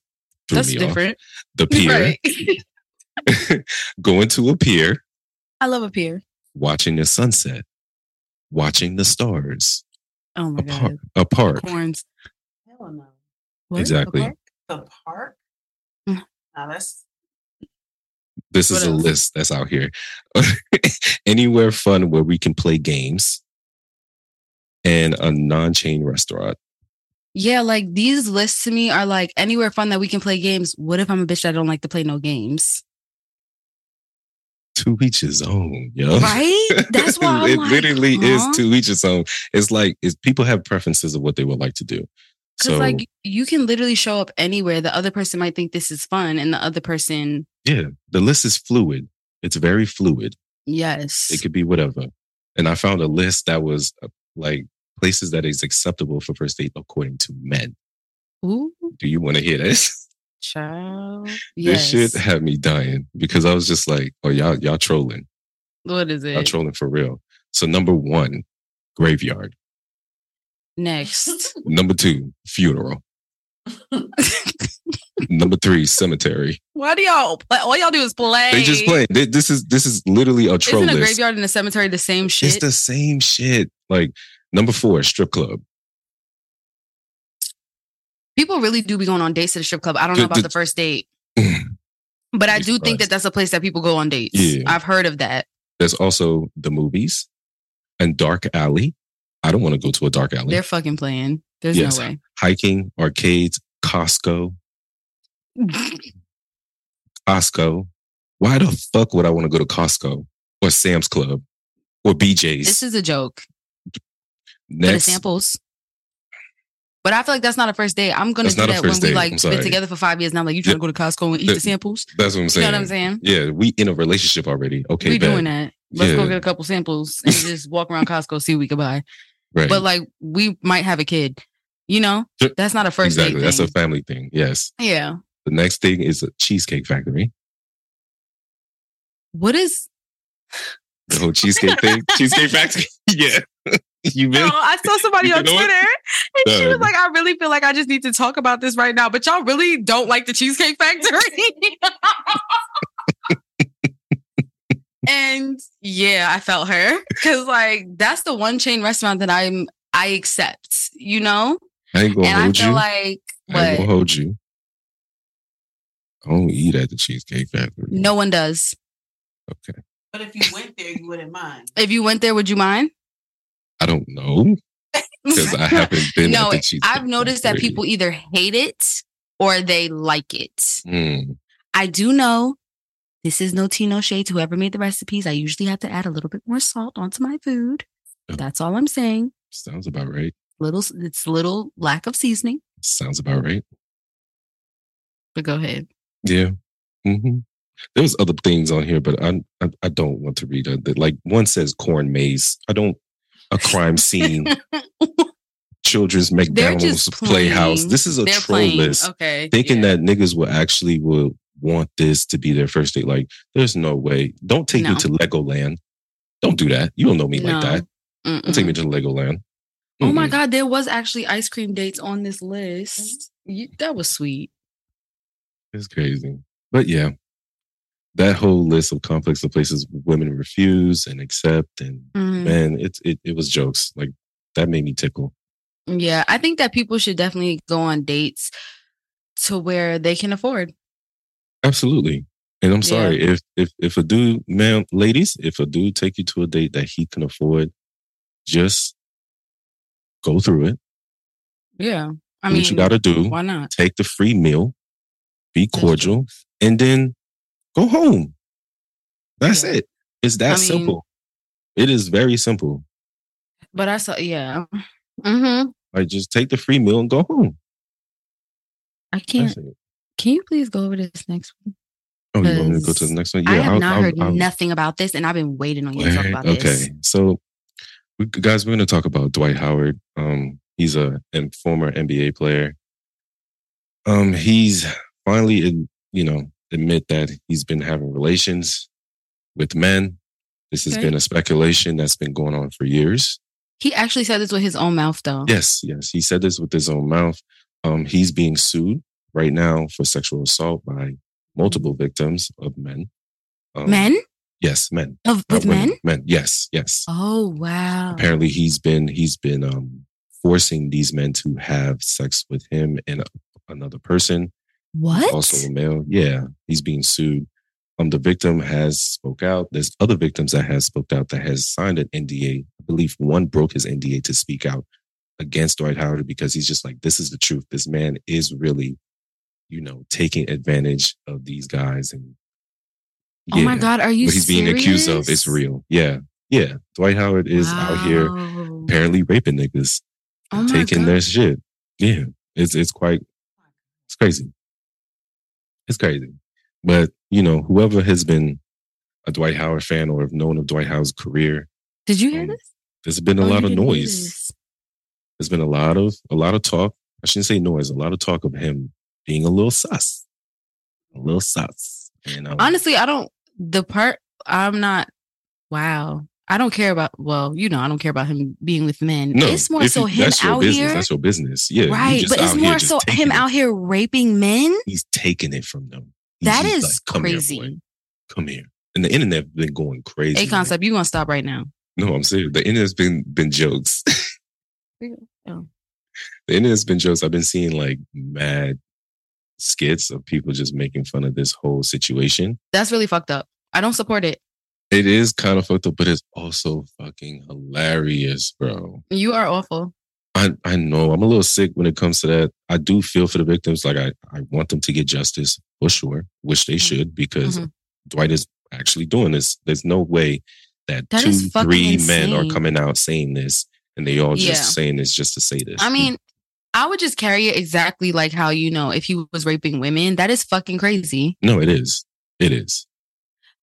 threw
That's
me
different.
off. The pier,
Right.
going to a pier.
I love a pier.
watching the sunset, watching the stars,
Oh my
a
god.
park, a park.
Corns.
Hell no.
What? A
Exactly.
park?
The park?
Mm.
Now that's
This is
What
a
else?
list that's out here. Anywhere fun where we can play games and a non-chain restaurant.
Yeah, like these lists to me are like anywhere fun that we can play games. What if I'm a bitch that don't like to play no games?
To each his own, yo.
Right? That's why I'm
it
like,
literally
huh?
is to each his own. It's like it's, people have preferences of what they would like to do.
Because
So
like you can literally show up anywhere. The other person might think this is fun, and the other person,
yeah, the list is fluid. It's very fluid.
yes,
It could be whatever. And I found a list that was uh, like places that is acceptable for first date according to men.
ooh,
Do you want to hear this?
child, yes.
This shit had me dying because I was just like, oh, y'all, y'all trolling.
what is
Y'all
it?
trolling for real. So number one, graveyard.
Next,
Number two, funeral. number three, cemetery.
why do y'all? Like, all y'all do is play.
They just play. They- This is this is literally a troll
Isn't a
list.
graveyard and a cemetery the same
It's
shit?
the same shit. Like number four, strip club.
People really do be going on dates to the strip club. I don't know
The-
about
the-
the first date, but I
Jesus
do think
Christ.
that that's a place that people go on dates.
Yeah.
I've heard of that.
There's also the movies and dark alley. I don't want to go to a dark alley.
They're fucking playing. There's
Yes.
no way.
Hiking, arcades, Costco, Costco. Why the fuck would I want to go to Costco or Sam's Club or BJ's?
this is a joke for the
Next,
samples. But I feel like that's not a first date. I'm gonna
That's
do
not a
that when
first
we
date.
like
I'm
been
sorry.
together for five years. Now, like you trying to go to Costco and eat
Yeah.
the samples.
that's what I'm
You
saying.
know what I'm saying?
Yeah, we in a relationship already. Okay,
we
bet.
doing that. Let's
Yeah.
go get a couple samples and just walk around Costco, see what we can buy.
Right.
But like we might have a kid. You know,
Sure.
that's not a first date.
exactly. That's a
thing.
family thing. Yes.
yeah.
The next thing is a Cheesecake Factory.
What is?
The whole cheesecake thing. Cheesecake Factory. yeah. you
No,
been?
I saw somebody
You
on
know
Twitter
what?
and she was
Done.
like, I really feel like I just need to talk about this right now, but y'all really don't like the Cheesecake Factory.
And yeah, I felt her because like that's the one chain restaurant that I'm I accept. You know,
I ain't gonna
and I
hold
feel
you.
like
I ain't
what
gonna hold you. I don't eat at the Cheesecake Factory.
no one does.
Okay.
but if you went there, you wouldn't mind.
If you went there, would you mind?
I don't know because I haven't been
no,
at the Cheesecake
I've noticed that
Factory.
people either hate it or they like it.
Mm,
I do know this is no tea, no shade to whoever made the recipes. I usually have to add a little bit more salt onto my food.
Yeah.
That's all I'm saying.
sounds about right.
Little, it's little lack of seasoning.
Sounds about right.
But go ahead.
Yeah. hmm There was other things on here, but I I, I don't want to read it. Like one says corn maze. I don't a crime scene. Children's McDonald's
just
playhouse.
playing.
This is a
They're
troll
playing.
list.
Okay.
Thinking that niggas will actually will want this to be their first date. Like, there's no way. Don't take
No.
me to Legoland. Don't do that. You don't know me like that. Don't take me to Legoland.
Oh my
Mm-mm.
God, there was actually ice cream dates on this list.
Mm-hmm.
You- that was sweet.
It's crazy. But yeah, that whole list of conflicts of places women refuse and accept and
Mm.
man, it's it, it was jokes. Like that made me tickle.
Mm, Yeah, I think that people should definitely go on dates to where they can afford.
Absolutely. And I'm
Yeah.
sorry if if if a dude, man, ladies, if a dude take you to a date that he can afford, just go through it.
Yeah. I
do
mean,
what you got to do.
why not?
Take the free meal. Be
That's
cordial, and then go home. That's
Yeah.
it. It's
I
that
mean-
simple. It is very simple.
But I saw, yeah. Mm-hmm.
Like just take the free meal and go home.
I
That's
can't.
it.
Can you please go over this next one?
Oh, you want me to go
Because
to the next one?
I have
I'll-
not
I'll-
heard
I'll-
nothing about this, and I've been waiting on you to talk
Wait,
about
okay.
this.
So, we, guys, we're going to talk about Dwight Howard. Um, he's a and former NBA player. Um, he's finally, ad- you know, admit that he's been having relations with men. This has
Okay.
been a speculation that's been going on for years.
He actually said this with his own mouth, though.
Yes, yes, he said this with his own mouth. Um, he's being sued right now for sexual assault by multiple victims of men. Um,
Men
Yes, men.
of
not
with
women,
men.
Men. Yes, yes
Oh wow!
apparently he's been he's been um forcing these men to have sex with him and another person
What?
also a male yeah he's being sued um the victim has spoke out there's other victims that has spoke out that has signed an nda i believe one broke his nda to speak out against dwight howard because he's just like this is the truth this man is really you know taking advantage of these guys and
oh my
yeah,
God! Are you?
what he's being accused of is real yeah yeah dwight howard is out here apparently raping niggas,
Oh
and taking their shit. Yeah, it's it's quite it's crazy. It's crazy, but you know, whoever has been a Dwight Howard fan or have known of Dwight Howard's career,
Did you hear
um,
this?
there's been a
Oh, you
lot of
didn't hear
noise.
this.
There's been a lot of a lot of talk. I shouldn't say noise. A lot of talk of him being a little sus, a little sus. And um,
Honestly, I don't. The part I'm not. Wow. I don't care about. Well, you know, I don't care about him being with men. it's more
if
so
you-
him
that's your
out
business.
here,
That's your business. Yeah, you
right?
just
But it's
out here
more
just
so
taking
him
it.
out here raping men.
He's taking it from them. He's
That
just
is
like, "Come here, boy.
crazy.
come here. And the internet been going crazy.
A concept. You gonna stop right now?
No, I'm serious. The internet's been been jokes.
Oh.
The internet's been jokes. I've been seeing like mad skits of people just making fun of this whole situation.
That's really fucked up. I don't support it.
It is kind of fucked up, but it's also fucking hilarious, bro.
You are awful.
I, I know I'm a little sick when it comes to that. I do feel for the victims. Like I, I want them to get justice for sure, which they should because
Mhm.
Dwight is actually doing this. There's no way that,
That
two,
is fucking
three men are
insane.
coming out saying this and they all just
Yeah.
saying this just to say this.
I mean, I would just carry it exactly like how you know if he was raping women. That is fucking crazy.
no, it is. It is.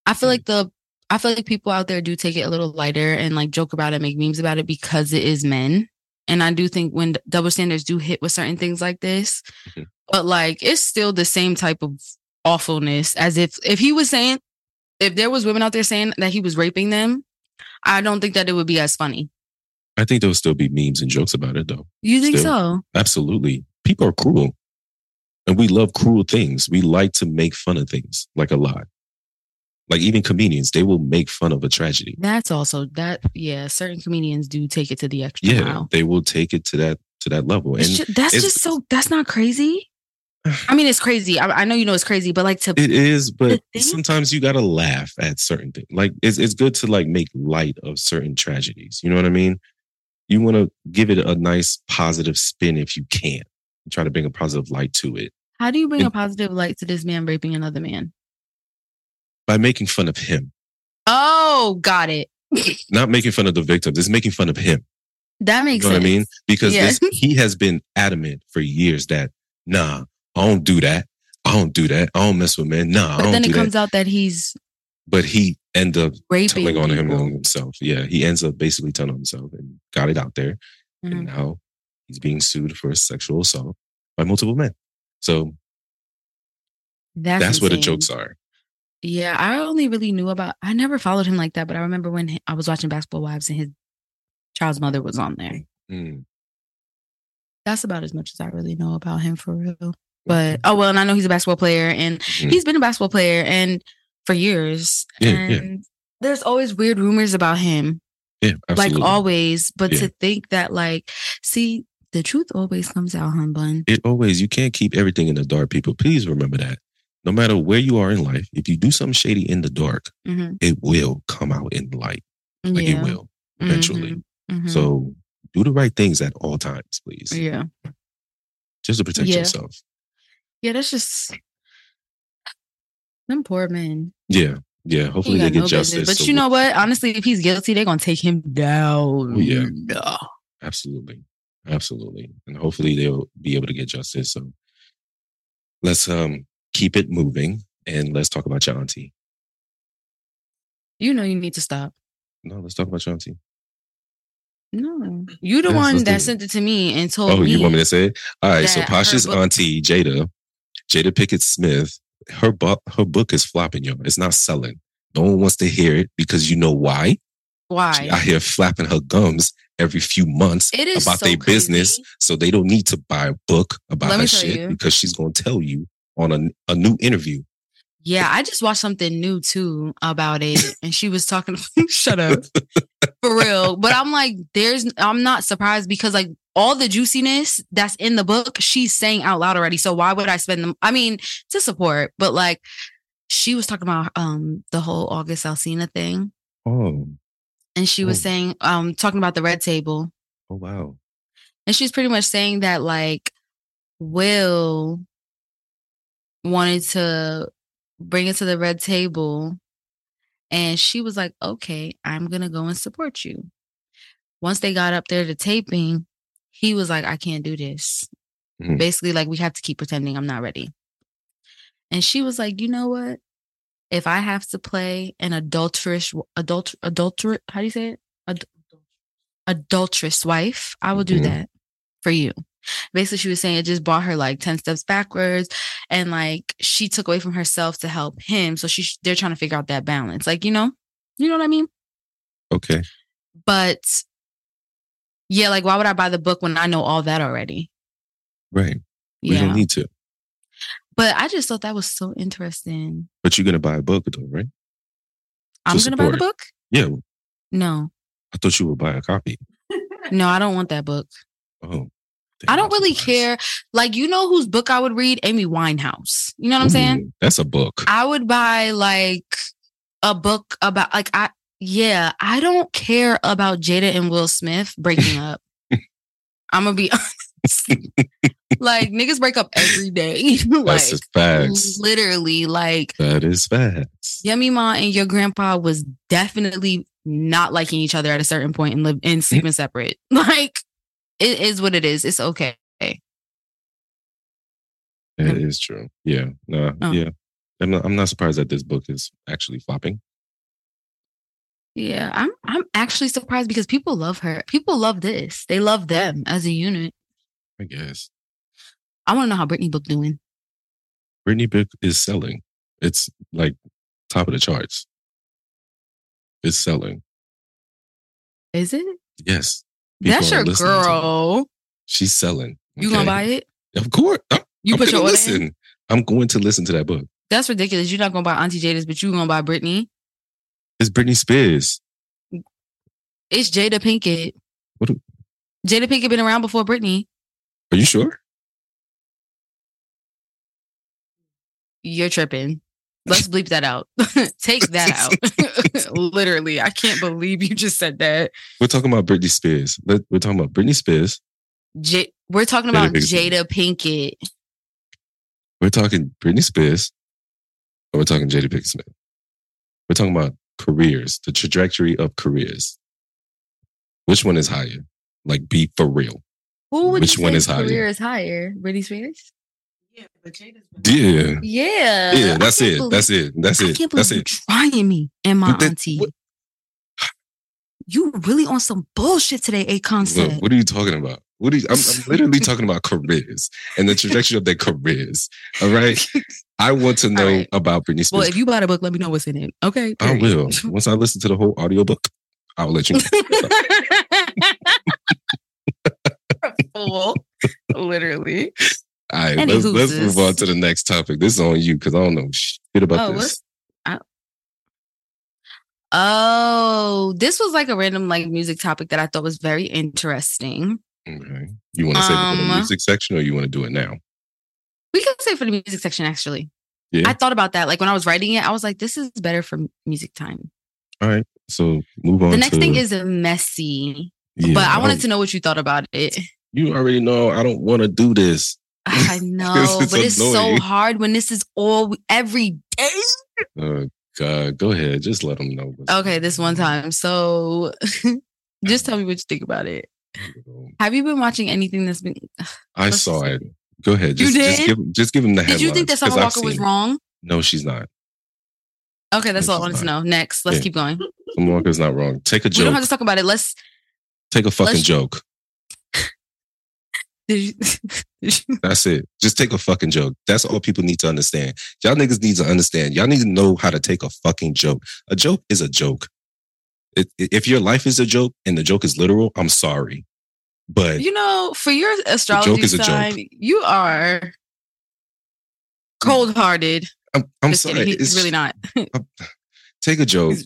I feel like the I feel like people out there do take it a little lighter and like joke about it, make memes about it because it is men. And I do think when double standards do hit with certain things like this,
Mhm.
but like it's still the same type of awfulness as if if he was saying if there was women out there saying that he was raping them, I don't think that it would be as funny.
I think there'll still be memes and jokes about it though.
You think
Still.
so?
Absolutely. People are cruel. And we love cruel things. We like to make fun of things, like a lot. Like even comedians, they will make fun of a tragedy.
That's also that. Yeah, certain comedians do take it to the extra
Yeah.
mile.
They will take it to that to that level. And
It's ju- that's
it's-
just so. That's not crazy. I mean, it's crazy. I, I know you know it's crazy, but like to
it is, but
The thing-
sometimes you gotta laugh at certain things. Like it's it's good to like make light of certain tragedies. You know what I mean? You wanna give it a nice positive spin if you can. Try to bring a positive light to it
How do you bring
It-
a positive light to this man raping another man?
by making fun of him.
Oh, got it.
Not making fun of the victims, it's making fun of him.
That makes
you know
sense.
what I mean? Because
Yeah.
this, he has been adamant for years that nah, I don't do that. I don't do that. I don't mess with men. Nah, I
But
don't
then
do
it
that.
comes out that he's
but he end up
raping.
telling on him
people.
on himself. Yeah, he ends up basically telling on himself and got it out there. And
Mhm.
now he's being sued for sexual assault by multiple men. So
That's,
that's, where the
insane.
jokes are.
Yeah, I only really knew about. I never followed him like that, but I remember when he- I was watching Basketball Wives and his child's mother was on there.
Mm.
That's about as much as I really know about him for real. But
Mm-hmm.
oh well, and I know he's a basketball player, and he's been a basketball player and for years,
Yeah, Mm-hmm. yeah.
and there's always weird rumors about him.
yeah, absolutely.
like always but
Yeah.
to think that like see the truth always comes out hun bun
it always you can't keep everything in the dark people please remember that no matter where you are in life if you do something shady in the dark
Mhm.
it will come out in light Mm-hmm. like
yeah
it will eventually
Mhm. Mhm.
so do the right things at all times please
yeah
just to protect
Yeah.
yourself
yeah that's just them poor men
yeah yeah hopefully
He
they
got
get
no
justice
business. but
So
you know what honestly if he's guilty they're gonna take him down
Oh, yeah.
No.
absolutely absolutely and hopefully they'll be able to get justice so let's um keep it moving and let's talk about your auntie
you know you need to stop
no let's talk about your auntie
no you the
Yes, let's
one
do it.
that sent it to me and told
Oh,
me
you want me to say it? All right. So
that
Pasha's
her book-
auntie, Jada, Jada Pickett Smith, her book, her book is flopping, y'all. It's not selling. No one wants to hear it because you know why? She out
why
here flapping her gums every few months
it is
about
so
their business.
crazy.
So they don't need to buy a book about
Let
her
me tell
shit
you.
because she's gonna tell you on a, a new interview.
Yeah, I just watched something new too about it, and she was talking. shut up, for real. But I'm like, there's, I'm not surprised because like all the juiciness that's in the book, she's saying out loud already. So why would I spend them? I mean, to support, but like, she was talking about um the whole August Alsina thing,
Oh,
and she was
Oh.
saying um talking about the red table,
oh wow.
and she's pretty much saying that like Will wanted to bring it to the red table. And she was like, okay, I'm going to go and support you. Once they got up there to taping, he was like, I can't do this.
Mhm.
Basically, like, we have to keep pretending I'm not ready. And she was like, you know what? If I have to play an adulterous, adult, adulter, how do you say it? Ad- adulterous wife, I will do
Mhm.
that for you. Basically, she was saying it just brought her like 10 steps backwards and like she took away from herself to help him so she they're trying to figure out that balance like you know you know what i mean
Okay.
but yeah like why would i buy the book when i know all that already
Right. We
yeah
don't need to.
but i just thought that was so interesting
But you're gonna buy a book though, right?
i'm
To
gonna buy the
support.
book
Yeah.
no
I thought you would buy a copy.
no i don't want that book
Oh.
i
Damn,
don't really
surprised.
care like you know whose book i would read amy winehouse you know what i'm saying
Ooh, That's a book.
i would buy like a book about like i yeah i don't care about jada and will smith breaking up I'm gonna be honest. like niggas break up every day. like
That's just facts.
literally, like
That is facts.
Yummy Ma and your grandpa was definitely not liking each other at a certain point and live and
Mm-hmm.
sleeping separate. Like it is what it is. It's okay.
That is true. Yeah. No.
Oh.
Yeah. I'm not, I'm not surprised that this book is actually flopping.
Yeah, I'm I'm actually surprised because people love her. People love this. They love them as a unit.
I guess
I want to know how Britney book doing.
Britney book is selling. It's like top of the charts. It's selling.
Is it?
Yes. People
That's
are
your
listening to her.
girl.
She's selling.
You gonna
okay?
buy it?
Of course. I'm,
You
I'm
put your
gonna
order
listen.
in.
I'm going to listen to that book.
That's ridiculous. You're not gonna buy Auntie Jada's, but you gonna buy Britney.
It's Britney Spears.
It's Jada Pinkett.
What do-
Jada Pinkett been around before Britney.
Are you sure?
You're tripping. Let's bleep that out. Take that out. Literally, I can't believe you just said that.
We're talking about Britney Spears. Let- We're talking about Britney Spears.
J- We're talking
Jada
about
Pinkett.
Jada Pinkett.
We're talking Britney Spears, or we're talking Jada Pinkett Smith. We're talking about careers, the trajectory of careers. Which one is higher? Like, be for real.
Who would
Which
you
one
say
is higher?
career is higher? Britney Spears.
Yeah, but Jada's been
Yeah,
Yeah.
yeah.
I
That's
can't
it.
believe-
that's it. That's
I
it.
can't believe
That's
you
it.
trying me and my
But that-
auntie.
what-
You really on some bullshit today, A
Look,
concept.
what are you talking about? What are you, I'm, I'm literally talking about careers and the trajectory of their careers. All right. I want to know
right.
about Britney Spears.
Well, if you buy the book, let me know what's in it. Okay.
I
period.
will. Once I listen to the whole audiobook, I'll let you know.
full.
Literally.
All right,
Any
let's, let's
hooses.
move on to the next topic. This is on you because I don't know shit about
Oh,
this.
what's- Oh, this was like a random like music topic that I thought was very interesting.
Okay. You want to save it for the
Um,
music section or you want to do it now?
We can say for the music section actually.
Yeah.
I thought about that. Like when I was writing it, I was like, this is better for music time.
So move on.
The next
to-
thing is messy.
Yeah,
but I wanted
don't-
to know what you thought about it.
You already know I don't want to do this.
I know,
This is
but it's so
annoying.
hard when this is all every day.
Uh, God, go ahead. Just let them know. what's-
Okay, this one time. So just tell me what you think about it. Have you been watching anything that's been
I
Let's
saw
see.
it. Go ahead.
You
Just, Just
did?
give, just give him the
Did you think
headlines,
that Summer
'cause I've
Walker was
seen it.
wrong?
No, she's not.
Okay, that's
This
all I
is
wanted to
fine.
know. Next, let's
Yeah.
keep going.
Summer Walker's not wrong. Take a
We don't have
joke.
to talk about it. Let's
Take a fucking
let's-
joke.
did you,
That's it. Just take a fucking joke. That's all people need to understand. Y'all niggas need to understand. Y'all need to know how to take a fucking joke. A joke is a joke. If- if your life is a joke and the joke is literal, I'm sorry. But
you know, for your astrology
is a joke.
sign, you are cold hearted.
I'm, I'm
Just
sorry.
kidding. He's
It's
really not.
Take a joke.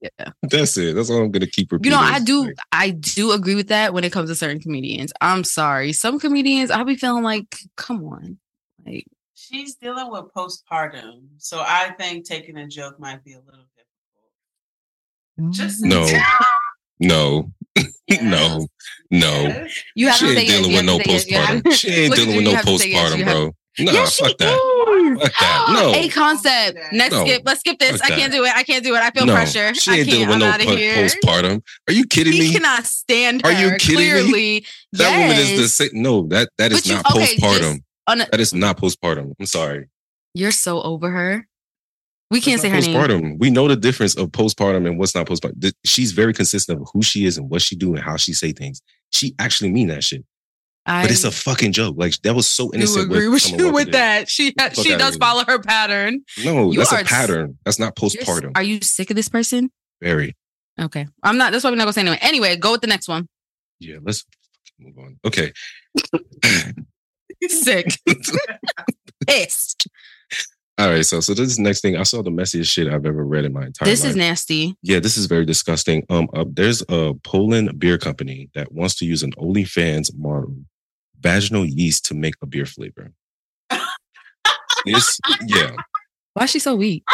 Yeah.
That's it. That's all I'm gonna keep
You
repeating.
know, I do
Like,
I do agree with that when it comes to certain comedians. I'm sorry. Some comedians I'll be feeling like, come on. Like
She's dealing with postpartum, so I think taking a joke might be a little difficult. Just
No. no, no, no.
Yes.
you have
She
to say
ain't
yes,
dealing
you
with
have
no
to say yes, you have-
postpartum. She ain't
Look at
dealing
you,
with
you
no
have to say yes,
postpartum,
you have-
bro. Nah,
Yes, she
fuck that.
is.
Fuck that. No.
A concept. Next
No.
skip. Let's skip this.
Fuck
I can't
that.
do it. I can't do it. I feel
no,
pressure.
She
I
ain't
can't.
dealing with
I'm
no
out of
po-
here.
postpartum. Are you kidding
He
me?
cannot stand her.
Are you kidding me?
Clearly,
That
yes.
woman is the same. No, that that is
But you-
not
okay, just
postpartum.
on a-
that is not postpartum. I'm sorry.
You're so over her. We
That's
can't say
not
her name.
postpartum. We know the difference of postpartum and what's not postpartum. Th- She's very consistent of who she is and what she do and how she say things. She actually mean that shit.
I
But it's a fucking joke. Like that was so
do
innocent.
agree
what
with
Summer
you
Walker
with
did.
that. She
Fuck
she
outta
does
here.
follow her pattern.
No,
You
that's
are
a
s-
pattern. That's not
You're s-
postpartum.
Are you sick of this person?
very.
Okay. I'm not. That's why we're not going to say anyway. Anyway, go with the next one.
Yeah, let's move on. Okay.
Sick. Pissed.
All right. So so this next thing I saw the messiest shit I've ever read in my entire
This
life.
is nasty.
Yeah, this is very disgusting. Um, uh, there's a Poland beer company that wants to use an OnlyFans model vaginal yeast to make a beer flavor. this, yeah,
Why is she so weak?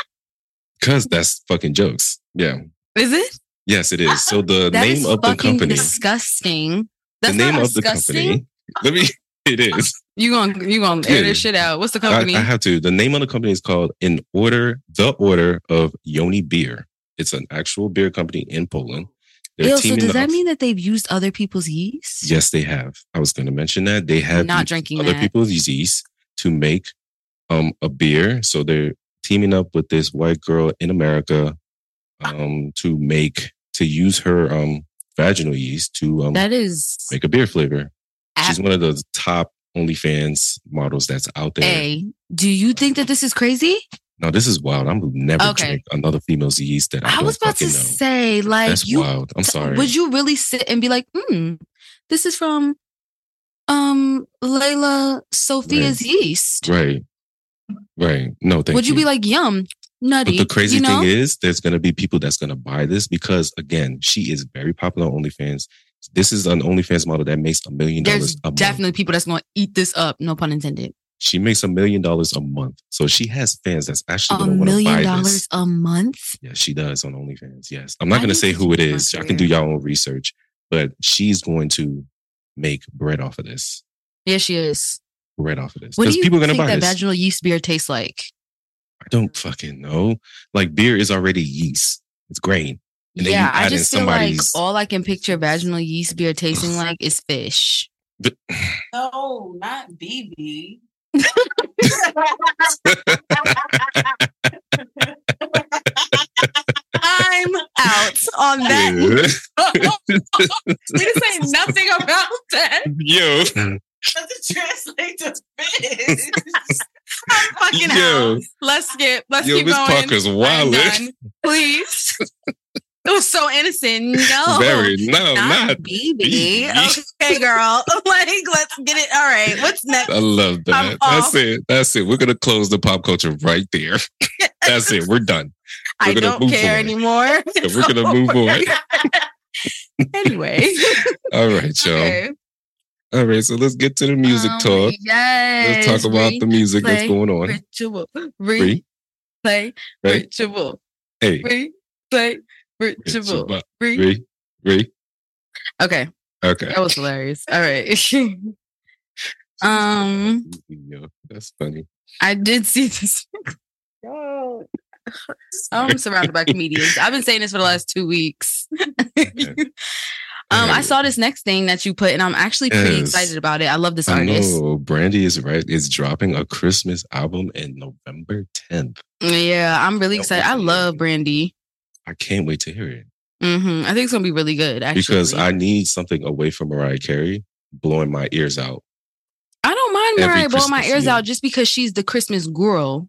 because that's fucking jokes. Yeah,
Is it?
yes, it is. So the
That is
name of the
fucking
company,
disgusting. That's
the name
not
of the
disgusting.
company. Let me. It is.
You gonna you gonna air
Yeah.
this shit out? What's the
I,
company?
I have to. The name of the company is called In Order, the Order of Yoni Beer. It's an actual beer company in Poland. They're
Ew, so
teaming
does that
up-
mean that they've used other people's yeast?
Yes, they have. I was going to mention that they have
Not
used
drinking
other
that.
people's yeast to make um a beer. So they're teaming up with this white girl in America um to make to use her um vaginal yeast to um
That is
make a beer flavor. She's
ab-
one of the top OnlyFans models that's out there.
a. Do you think that this is crazy?
No, this is wild. I'm never
Okay.
drink another female's yeast that I,
I
don't
was about to
fucking know.
say, like,
that's
you
wild. I'm sorry.
would you really sit and be like, hmm, this is from um Layla Sophia's yeast?
right, right. No, thank
would you,
you
be like, yum, nutty?
But the crazy
you know?
thing is, there's going to be people that's going to buy this because, again, she is very popular on OnlyFans. This is an OnlyFans model that makes a million
there's
dollars a month.
definitely people that's gonna eat this up. No pun intended.
She makes a million dollars a month, so she has fans that's actually
A
going to want to buy
million dollars
this.
a month.
Yes, she does on OnlyFans. Yes, I'm
I
not going to
need
say
to
who it
check my
is. I can do y'all own research, but she's going to make bread off of this.
Yeah, she is.
Bread off of this
What do
because
you
people are going to
think
buy
that
this.
vaginal yeast beer tastes like?
I don't fucking know. Like beer is already yeast. It's grain. And then
yeah,
you
I
add in
just feel like
somebody's-
all I can picture vaginal yeast beer tasting like is fish.
No, not BB.
I'm out on
Yeah.
we didn't say nothing about that.
Yo,
Doesn't translate to fish.
I'm fucking
Yo.
out. Let's skip. Let's
yo,
keep
Miss
going.
Parker's
I'm
wild.
done. Please. it was so innocent. No.
Very no,
not,
not.
BB.
BB.
Okay, girl. like, let's get it. All right. What's next?
I love that.
I'm
That's
off.
it. That's it. We're gonna close the pop culture right there. That's it. We're done.
I
gonna
don't
move
care
on.
anymore.
And we're gonna move on.
anyway.
All right, y'all.
Okay.
All right, so let's get to the music
Um,
talk.
Yes.
Let's talk about the music that's
replay,
going on.
ritual.
Re-
Re- play
right?
ritual.
Hey,
Re- play ritual.
Re-
Re-
Re- Re-
okay,
Okay.
that was hilarious. All right. Um,
Yo, that's funny.
I did see this. I'm surrounded by comedians. I've been saying this for the last two weeks. um, I saw this next thing that you put, and I'm actually pretty
Yes.
excited about it. I love this
I
artist.
know Brandy is right. It's dropping a Christmas album in November 10th.
Yeah, I'm really
That
excited. I
was
love
amazing.
Brandy.
I can't wait to hear it.
hmm I think it's gonna be really good. Actually,
because I need something away from Mariah Carey blowing my ears out.
I don't mind
Every
Mariah blowing my
Christmas
ears
year.
out just because she's the Christmas girl.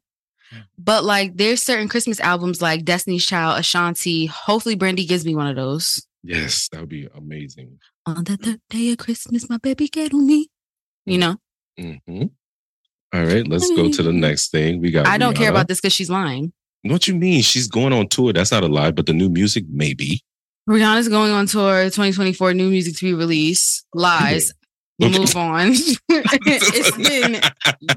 But like, there's certain Christmas albums like Destiny's Child, Ashanti. Hopefully, Brandy gives me one of those.
Yes, that would be amazing.
On the third day of Christmas, my baby gave me. You know,
Mm-hmm. All right, let's go to the next thing. We got.
I don't care
Rihanna.
about this because she's lying.
What you mean? She's going on tour. That's not a lie. But the new music, maybe.
Rihanna's going on tour 2024, new music to be released. Lies.
Okay.
Move on. it's been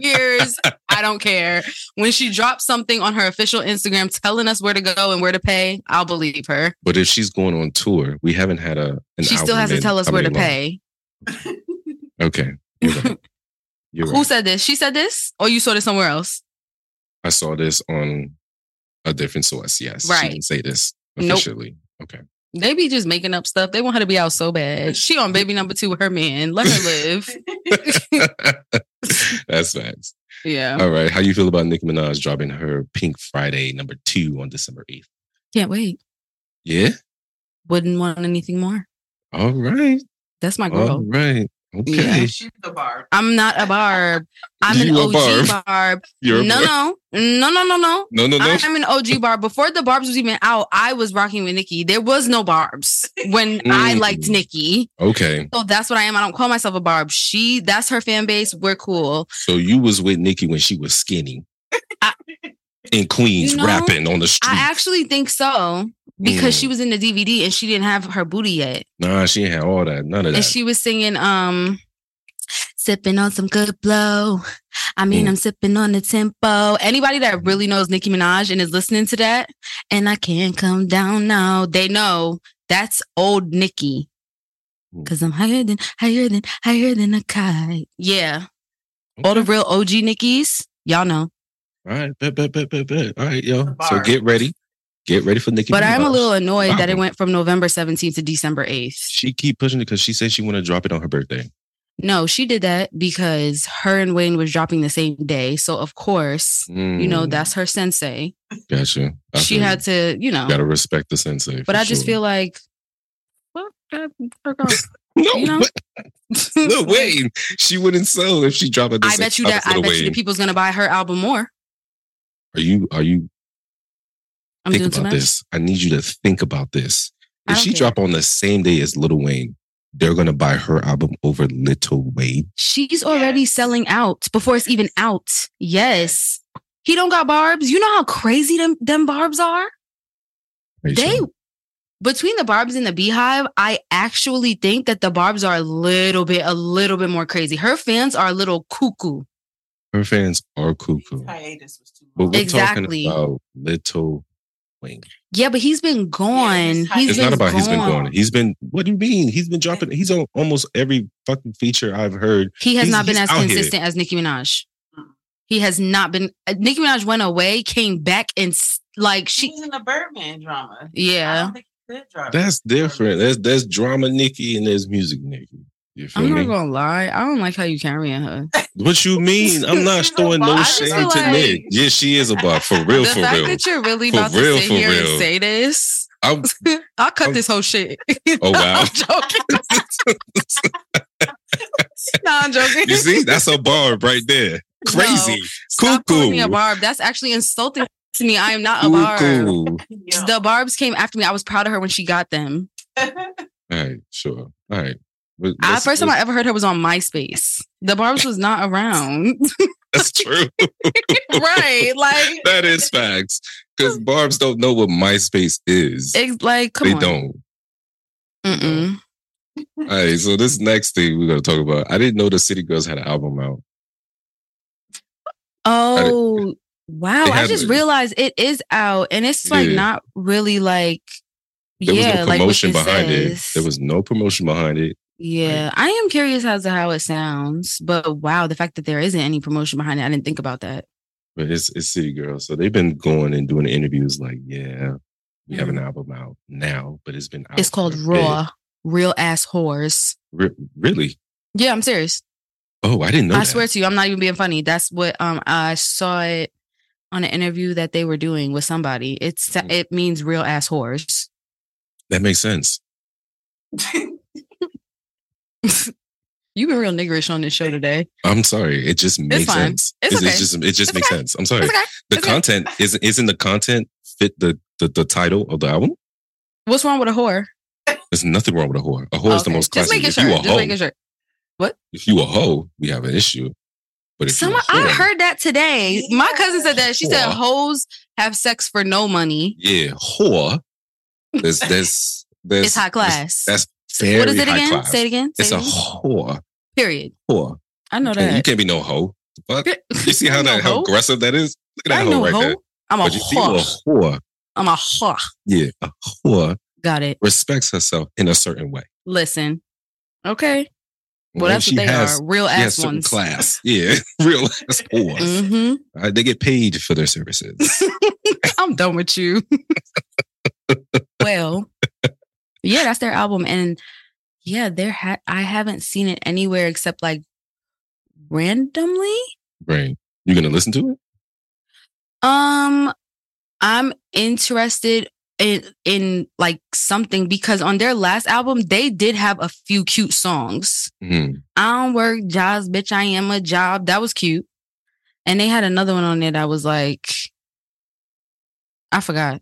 years. I don't care. When she drops something on her official Instagram telling us where to go and where to pay, I'll believe her.
But if she's going on tour, we haven't had a. An
she still
album
has to
in
tell us
how
where to
many long-
pay.
Okay, you're right. You're
Who
right.
said this? She said this, or you saw this somewhere else?
I saw this on a different source. Yes, She
Right.
didn't say this
Nope.
officially. Okay.
They be just making up stuff. They want her to be out so bad. She on baby number two with her man. Let her live.
That's facts.
Yeah.
All right. How you feel about Nicki Minaj dropping her Pink Friday number two on December 8th?
Can't wait.
Yeah.
Wouldn't want anything more.
All right.
That's my girl.
All right. Okay.
Yeah.
She's the barb.
I'm not a barb. I'm an
You a
OG barb.
You're a
No,
boy.
no, no, no, no, no.
no, no, no.
I'm an OG barb. Before the barbs was even out, I was rocking with Nikki. There was no barbs when I
Mm.
liked Nikki.
Okay.
So that's what I am. I don't call myself a barb. She, that's her fan base. We're cool.
So you was with Nicki when she was skinny.
I-
in Queens
You know,
rapping on the street.
I actually think so because
Mm.
she was in the DVD and she didn't have her booty yet,
nah, she ain't had all that. None of that.
and she was singing um. Sipping on some good blow. I mean,
Mm.
I'm sipping on the tempo. Anybody that really knows Nicki Minaj and is listening to that, and I can't come down now, they know that's old Nicki.
Mm.
Cause I'm higher than higher than higher than a kite. Yeah. All the real OG Nickies, y'all know.
All right, bet, bet, bet, bet, bet. All right, yo. So
Bar.
get ready. Get ready for Nicki.
But I'm a
Minaj.
little annoyed that it
Wow.
went from November 17th to December 8th.
She keep pushing it because she said she want to drop it on her birthday.
No, she did that because her and Wayne was dropping the same day. So of course, you know,
Mm,
that's her sensei.
gotcha. I
she
feel you.
had to, you know.
Mm-hmm. gotta respect the sensei. for
But I just
sure.
feel like well, uh, fuck off.
no,
you know?
but- no, Wayne. She wouldn't sell if she dropped it. the
I
same
bet you that
episode
I
of
bet you the
Wayne.
people's gonna buy her album more.
Are you? Are you?
I'm
think
doing too
about
much.
this. I need you to think about this.
I
If
don't
she
care.
drop on the same day as Little Wayne, they're gonna buy her album over Little Wayne.
She's already
Yes.
selling out before it's even out. Yes. He don't got barbs. You know how crazy them, them barbs are?
Are you
They
sure?
between the barbs and the beehive, I actually think that the barbs are a little bit, a little bit more crazy. Her fans are a little cuckoo.
her fans are cuckoo.
His hiatus was too
But
long.
we're
Exactly.
talking about Little Wayne.
Yeah, but he's been gone.
he's tight.
he's
It's
been
not about
gone.
he's been going. He's been. What do you mean? He's been dropping. He's on almost every fucking feature I've heard.
He has
He's-
not been
he's
as
out here.
consistent as Nicki Minaj.
Mm.
He has not been. uh, Nicki Minaj went away, came back, and s- like
She
she,
was in the Birdman drama. I
yeah.
don't think he could drop.
That's different. That's that's drama, Nikki, and there's music, Nikki. You feel
I'm
me?
not gonna lie. I don't like how you carrying her.
What you mean? I'm not
She's a
throwing
bot.
no
I just
shade
feel
to
like-
Nick. Yeah, she is a bot for real,
the
for
fact
real.
that you're really
For
about
real,
to sit
for
here
real.
and say this,
I'm,
I'll cut
I'm-
this whole shit.
oh wow!
I'm joking. no, I'm joking.
you see, that's a bar right there. Crazy,
Stop calling me a
Cuckoo.
barb. That's actually insulting to me. I am not a barb.
cuckoo.
Yo.
The barbs came after me. I was proud of her when she got them.
All right, sure. All right. But
I,
that's-
first time I ever heard her was on MySpace. The barbs was not around.
that's true.
right. Like
that is facts. Because Barb's don't know what MySpace is.
it's like come
they
on.
don't.
Mm-mm.
All right. So this next thing we're gonna talk about. I didn't know the City Girls had an album out.
Oh wow.
They
I
had
just
it.
realized it is out and it's like
Yeah.
not really like
There
yeah,
was no promotion
like what
behind
says.
it. There was no promotion behind it.
Yeah, I am curious as to how it sounds, but wow, the fact that there isn't any promotion behind it, I didn't think about that.
But it's it's City Girls. So they've been going and doing interviews like, yeah, we have an album out now, but it's been out
Mm. It's called
for a bit.
Raw, real ass whores.
Re- really?
Yeah, I'm serious.
Oh, I didn't know.
I
that.
swear to you, I'm not even being funny. That's what um I saw it on an interview that they were doing with somebody. It's
Mm.
it means real ass whores.
that makes sense.
You've been real niggerish on this show today.
I'm sorry. It just makes
fine.
sense.
It's okay.
just it just
It's
makes
okay.
sense. I'm sorry.
It's okay.
The
It's okay.
content is isn't the content fit the, the the title of the album?
What's wrong with a whore?
There's nothing wrong with a whore. A whore is the
Okay.
most
Just
classic.
making
If
sure.
you a
Just making
hoe,
sure.
if you a hoe, we have an issue. But if
Someone
you a
I
whore-
heard that today. My cousin said that. She said
Whore.
hoes have sex for no money.
yeah, whore. There's there's there's
It's high class.
that's
So what is
very
it
high
again?
class.
Say it again. Say
It's
it
a
again.
whore.
period.
Whore.
I know
You can't- You
that.
can't be no hoe. Fuck. You see
I
how
ain't no
that how
hoe.
aggressive that is? Look at
I
that
ain't
hoe
no
right
hoe.
there.
I'm a
But you see a
whore.
whore.
I'm a whore.
Yeah, a whore
Got it.
respects herself in a certain way.
Listen. Okay. Well,
When
that's
she
what they
has,
are. Real
She has
ass
certain
ones.
class. Yeah, real ass whore.
hmm
All right, they get paid for their services.
I'm done with you. well, yeah, that's their album, and yeah, there had I haven't seen it anywhere except like randomly.
Brain, you gonna listen to it?
Um, I'm interested in in like something because on their last album they did have a few cute songs.
Hmm.
I don't work jobs, bitch. I am a job. That was cute. And they had another one on there that was like, I forgot,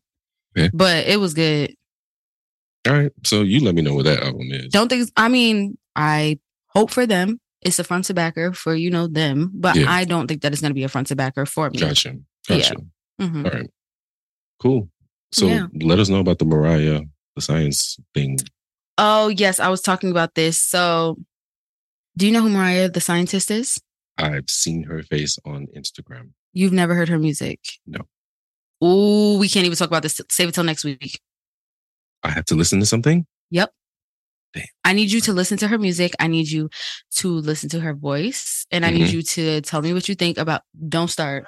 Okay.
but it was good.
All right, so you let me know what that album is.
Don't think, I mean, I hope for them. It's a front to backer for, you know, them, but
Yeah.
I don't think that it's going to be a front to backer for me.
Gotcha. Gotcha.
Mhm.
All right. Cool. So
Yeah.
let us know about the Mariah, the science thing.
Oh, yes. I was talking about this. So, do you know who Mariah the scientist is?
I've seen her face on Instagram.
You've never heard her music?
No.
Ooh, we can't even talk about this. Save it till next week.
I have to listen to something.
Yep.
Damn.
I need you to listen to her music. I need you to listen to her voice, and I need
Mhm.
you to tell me what you think about. Don't start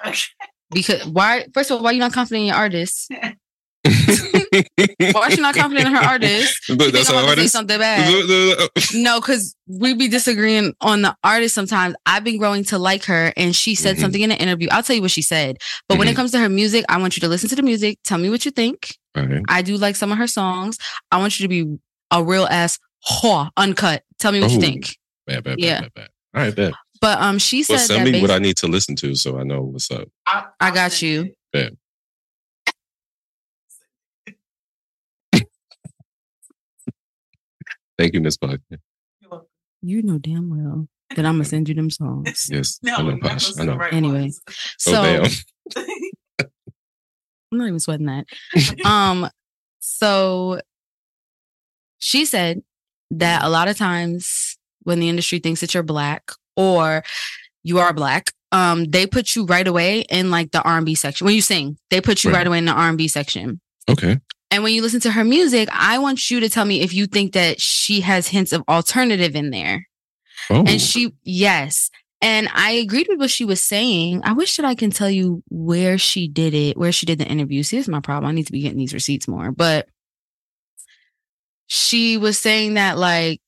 because why? First of all, why you not confident in your artist? Why she not confident in her artist? You
Look,
think
that's
I'm
how
about
hard
to
it
say
is.
something bad.
Look, look, look.
No, because we be disagreeing on the artist sometimes. I've been growing to like her, and she said
Mhm.
something in an interview. I'll tell you what she said. But when it
Mhm.
comes to her music, I want you to listen to the music. Tell me what you think.
oh, All right.
I do like some of her songs. I want you to be a real ass whore, uncut. Tell me what you
Oh.
think.
Bad, bad,
Yeah.
bad, bad, bad. All right, bad.
But um, she said
Well, send
that
me what
basi-
I need to listen to so I know what's up.
I,
I
I'll
got
send
you.
it.
Thank you, Miss Buck.
You're welcome.
you know damn well that I'm gonna send you them songs.
Yes,
No,
I
you're
know,
not gonna
Posh. I
send the
know.
right
Anyway.
ones.
So
oh, damn.
I'm not even sweating that. um, so she said that a lot of times when the industry thinks that you're black or you are black, um, they put you right away in like the R&B section. When you sing, they put you
Right.
right away in the R&B section.
Okay.
And when you listen to her music, I want you to tell me if you think that she has hints of alternative in there.
Oh,
And she, yes. And I agreed with what she was saying. I wish that I can tell you where she did it, where she did the interview. See, this is my problem. I need to be getting these receipts more. But she was saying that, like,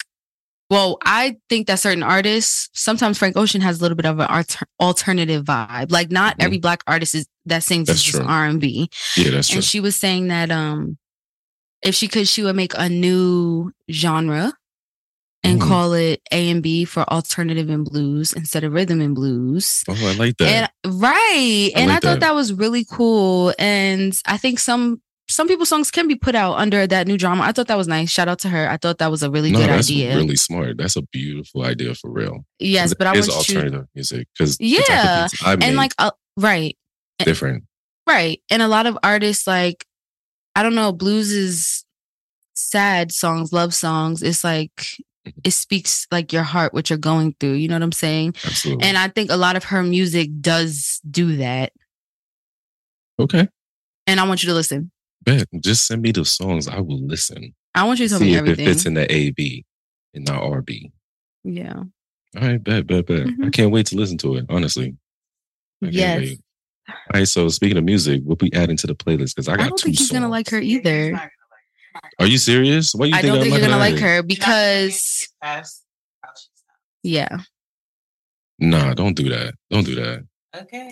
well, I think that certain artists, sometimes Frank Ocean has a little bit of an alter- alternative vibe. Like, not
Mhm.
every black artist is, that sings
That's
is just
true.
R and B
yeah, that's true.
and she was saying that um if she could she would make a new genre and
Mhm.
call it a and b for alternative and blues instead of rhythm and blues
oh, I like that.
and right
I
and
like
i thought
that.
that was really cool and i think some some people's songs can be put out under that new drama i thought that was nice shout out to her i thought that was a really
no,
good
that's
idea
really smart. That's a beautiful idea for real.
yes but i
it's
want you
alternative music because
Yeah,
I make
and like uh, right
different.
Right. And a lot of artists like I don't know, blues is sad songs, love songs. It's like it speaks like your heart, what you're going through. You know what I'm saying?
Absolutely.
And I think a lot of her music does do that.
okay.
And I want you to listen.
Bet. Just send me the songs. I will listen.
I want you to tell
See
me
if
everything.
it fits in the A B and not R B.
yeah.
All right, bet, bet, bet. I
Mhm.
can't wait to listen to it, honestly. I can't
Yes.
wait. All right, so speaking of music, we'll be adding to the playlist because I
I
got
don't
two
think he's gonna
songs.
like her
Yeah, he's
either.
not
Are you serious? Why you
I
think
don't
I'm
think
not
you're gonna like
it?
her
You're not gonna get
because
past how she sounds.
yeah.
Nah, don't do that. Don't do that. Don't
Okay.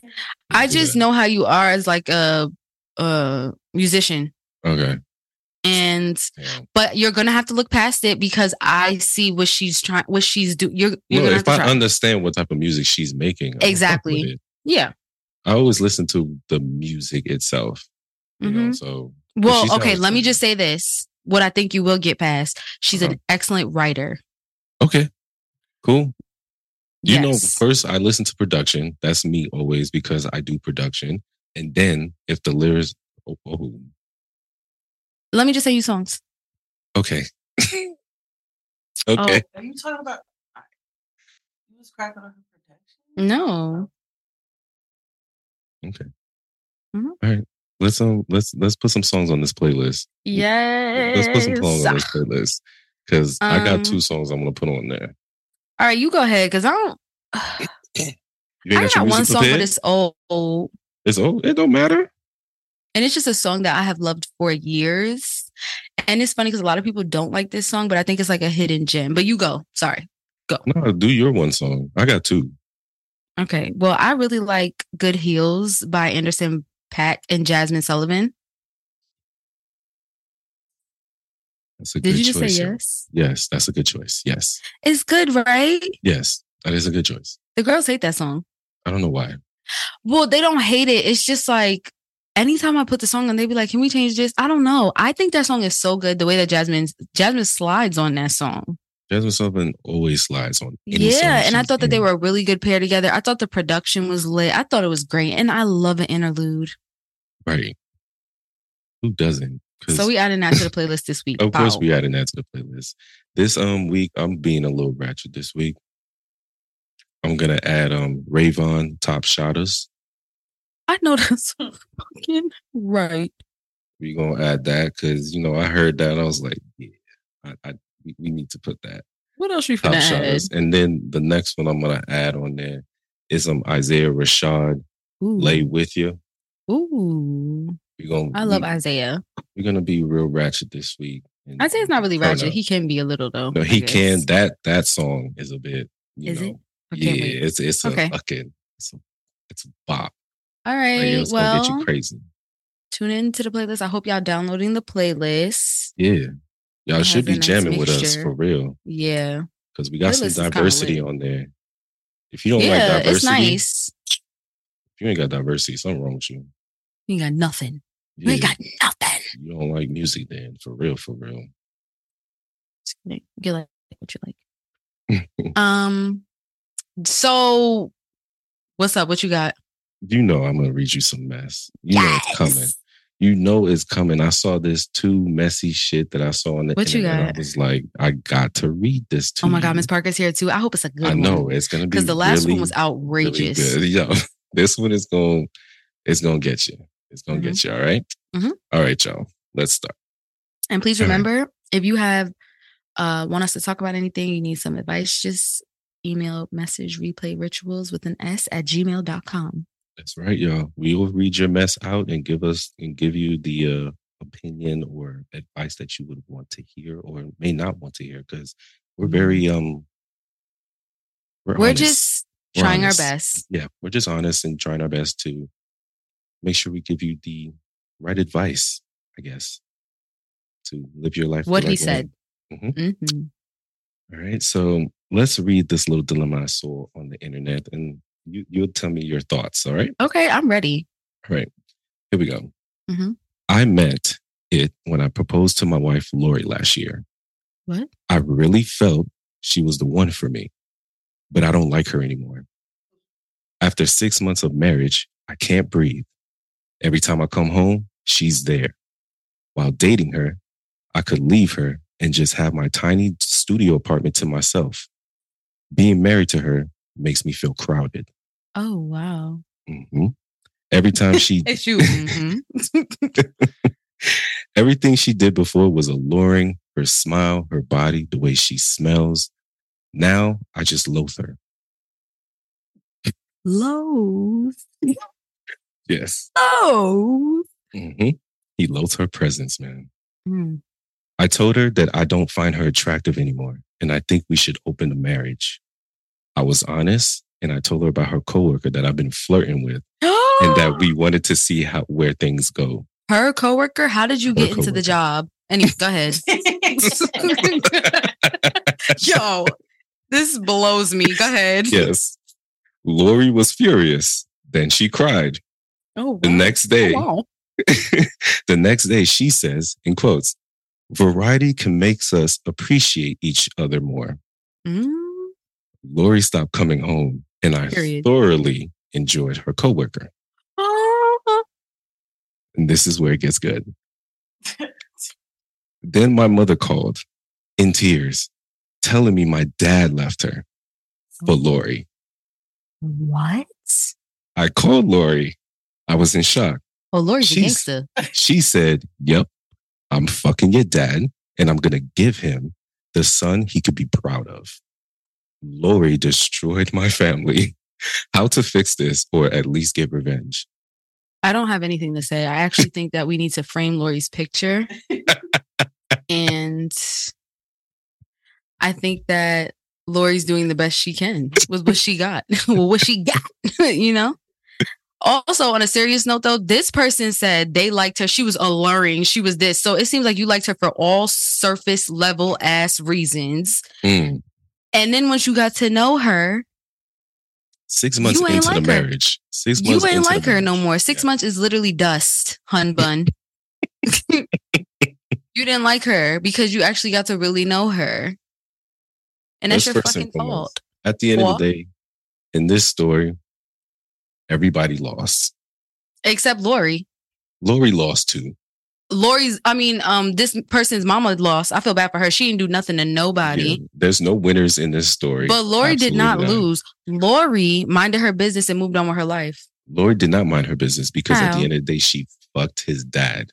I
do
just
that.
know how you are as like a a musician.
Okay.
And
Damn.
but you're gonna have to look past it because I see what she's trying, what she's do. You're you're
No,
gonna have
if
to
I
try.
understand what type of music she's making, I'm gonna fuck
Exactly.
with it.
yeah.
I always listen to the music itself. You know,
Mhm.
so she's
Well,
not
okay.
a
Let me
singer.
just say this: what I think you will get past. She's an
Uh-huh.
excellent writer.
okay, cool. You know,
Yes.
first I listen to production. That's me always because I do production. And then if the lyrics, oh, oh,
let me just say you songs.
okay,
Oh.
okay,
Are you talking about? You was cracking on her protection.
No,
let's um, let's let's put some songs on this playlist.
yes.
Let's put some songs on this playlist because I got
Um,
two songs I'm gonna put on there.
All right, you go ahead because I don't. I
You ain't
got
your music
one song, but
prepared?
it's old, old,
It's oh, it don't matter.
and it's just a song that I have loved for years. And it's funny because a lot of people don't like this song, but I think it's like a hidden gem. But you go. Sorry.
No, do your one song. I got two.
Okay. Well, I really like Good Heels by Anderson Pack and Jasmine Sullivan.
That's a
Did
good
you
choice.
just say
yo.
yes?
Yes, that's a good choice. Yes,
It's good, right?
yes, that is a good choice.
The girls hate that song.
I don't know why.
Well, they don't hate it. It's just like anytime I put the song on, they be like, Can we change this? I don't know. I think that song is so good the way that Jasmine Jasmine slides on that song.
Jasmine Sullivan always slides on. any song
yeah. And I
she's
thought that they
in.
were a really good pair together. I thought the production was lit. I thought it was great. And I love an interlude.
Right. Who doesn't? 'Cause
So we added that to the playlist this week.
of course
Pow.
we adding that to the playlist. This um week, I'm being a little ratchet this week. I'm gonna add um Rayvon Top Shotters.
I know that's fucking right.
We're gonna add that because you know I heard that and I was like, yeah, I, I we- we need to put that
What else you
top
finna add?
shotters. And then the next one I'm gonna add on there is um Isaiah Rashad
Ooh.
lay with you.
Ooh.
We're gonna
I love
we,
Isaiah.
we're gonna be real ratchet this week. And
Isaiah's not really
turn
ratchet.
up.
He can be a little though.
no,
I
he
guess.
can. That that song is a bit. You
Is
know,
it? I can't
yeah,
wait.
it's it's
Okay.
a fucking it's a it's a bop.
All
Like,
right.
it's gonna get
well,
you crazy.
tune in to the playlist. I hope y'all downloading the playlist.
Yeah, y'all
It has
should be
a nice
jamming with us
mixture.
for real
Yeah.
because we got
Playlist is
some
kinda
diversity
lit.
on there. If you don't like
yeah,
diversity,
it's nice.
if you ain't got diversity, something wrong with you.
You got nothing. We
Yeah,
got nothing.
you don't like music, then for real, for real.
Just kidding. You like what you like. um. So, what's up? What you got?
You know I'm gonna read you some mess. You know it's coming.
Yes.
You know it's coming. I saw this too messy shit that I saw on the
What you
internet. and
got?
I was like, I got to read this too.
Oh my God, Miss Parker's here too. I hope it's a good
Hmm. I know
one
it's gonna be
because the last
really,
one was
really
outrageous.
good. Yo, this one is going, it's gonna get you. It's gonna
Mm-hmm.
get you. All right?
Mhm.
All right, y'all. Let's start.
And please
All right.
remember, if you have uh want us to talk about anything, you need some advice, just email message replay rituals with an S at gmail.com.
That's right, y'all. We will read your mess out and give us and give you the uh, opinion or advice that you would want to hear or may not want to hear because we're very um.
Mm-hmm. We're,
honest.
just
We're
trying
honest.
our best.
yeah, we're just honest and trying our best to make sure we give you the right advice, I guess, to live your life. the
What he
right way.
said.
Mhm.
Mhm.
All right, so let's read this little dilemma I saw on the internet, and you you'll tell me your thoughts. All right.
Okay, I'm ready.
All right. Here we go.
Mhm.
I met it when I proposed to my wife, Lori, last year.
What?
I really felt she was the one for me, but I don't like her anymore. After six months of marriage, I can't breathe. Every time I come home, she's there. While dating her, I could leave her and just have my tiny studio apartment to myself. Being married to her makes me feel crowded.
Oh wow.
hmm Every time she
It's you. mhm.
Everything she did before was alluring her smile, her body, the way she smells. Now I just loathe her.
Lows.
Yes.
Lows.
hmm He loathes her presence, man.
Mm.
I told her that I don't find her attractive anymore and I think we should open a marriage. I was honest and I told her about her coworker that I've been flirting with and that we wanted to see how where things go.
Mm-hmm. her coworker, how did you
Her
get into
coworker.
the job? Anyway, go ahead. Yo, this blows me. Go ahead.
Yes. Lori was furious. Then she cried.
Oh,
The
wow.
next day,
wow.
the next day, she says, in quotes, variety can make us appreciate each other more.
Mm.
Lori stopped coming home, and I
Period.
thoroughly enjoyed her coworker.
Oh.
And this is where it gets good. then my mother called in tears, telling me my dad left her for Lori.
What?
I called Lori. I was in shock.
Oh, Lori's a
She's-
gangster.
She said, Yep, I'm fucking your dad, and I'm gonna give him the son he could be proud of. Lori destroyed my family. How to fix this, or at least get revenge.
I don't have anything to say. I actually think that we need to frame Lori's picture. and I think that Lori's doing the best she can with what she got. well, what she got, you know? Also, on a serious note, though, this person said they liked her. She was alluring. She was this. So it seems like you liked her for all surface level ass reasons.
Mm,
And then once you got to know her,
Six months
You ain't
into the
like her.
marriage. Six
you
months
ain't
into the
like her no
marriage.
more. Six
Yeah.
months is literally dust, hun bun. you didn't like her because you actually got to really know her. And that's
Let's
your
first and
fucking fault.
foremost, At the end
What?
of the day, in this story, everybody lost.
Except Lori.
Lori lost too.
Lori's, I mean, um, this person's mama lost. I feel bad for her. She didn't do nothing to
Yeah,
nobody.
there's no winners in this story.
But Lori did
Absolutely
not lose. Lori minded her business and moved on with her life.
Lori did not mind her business because at
How?
the end of the day, she fucked his dad.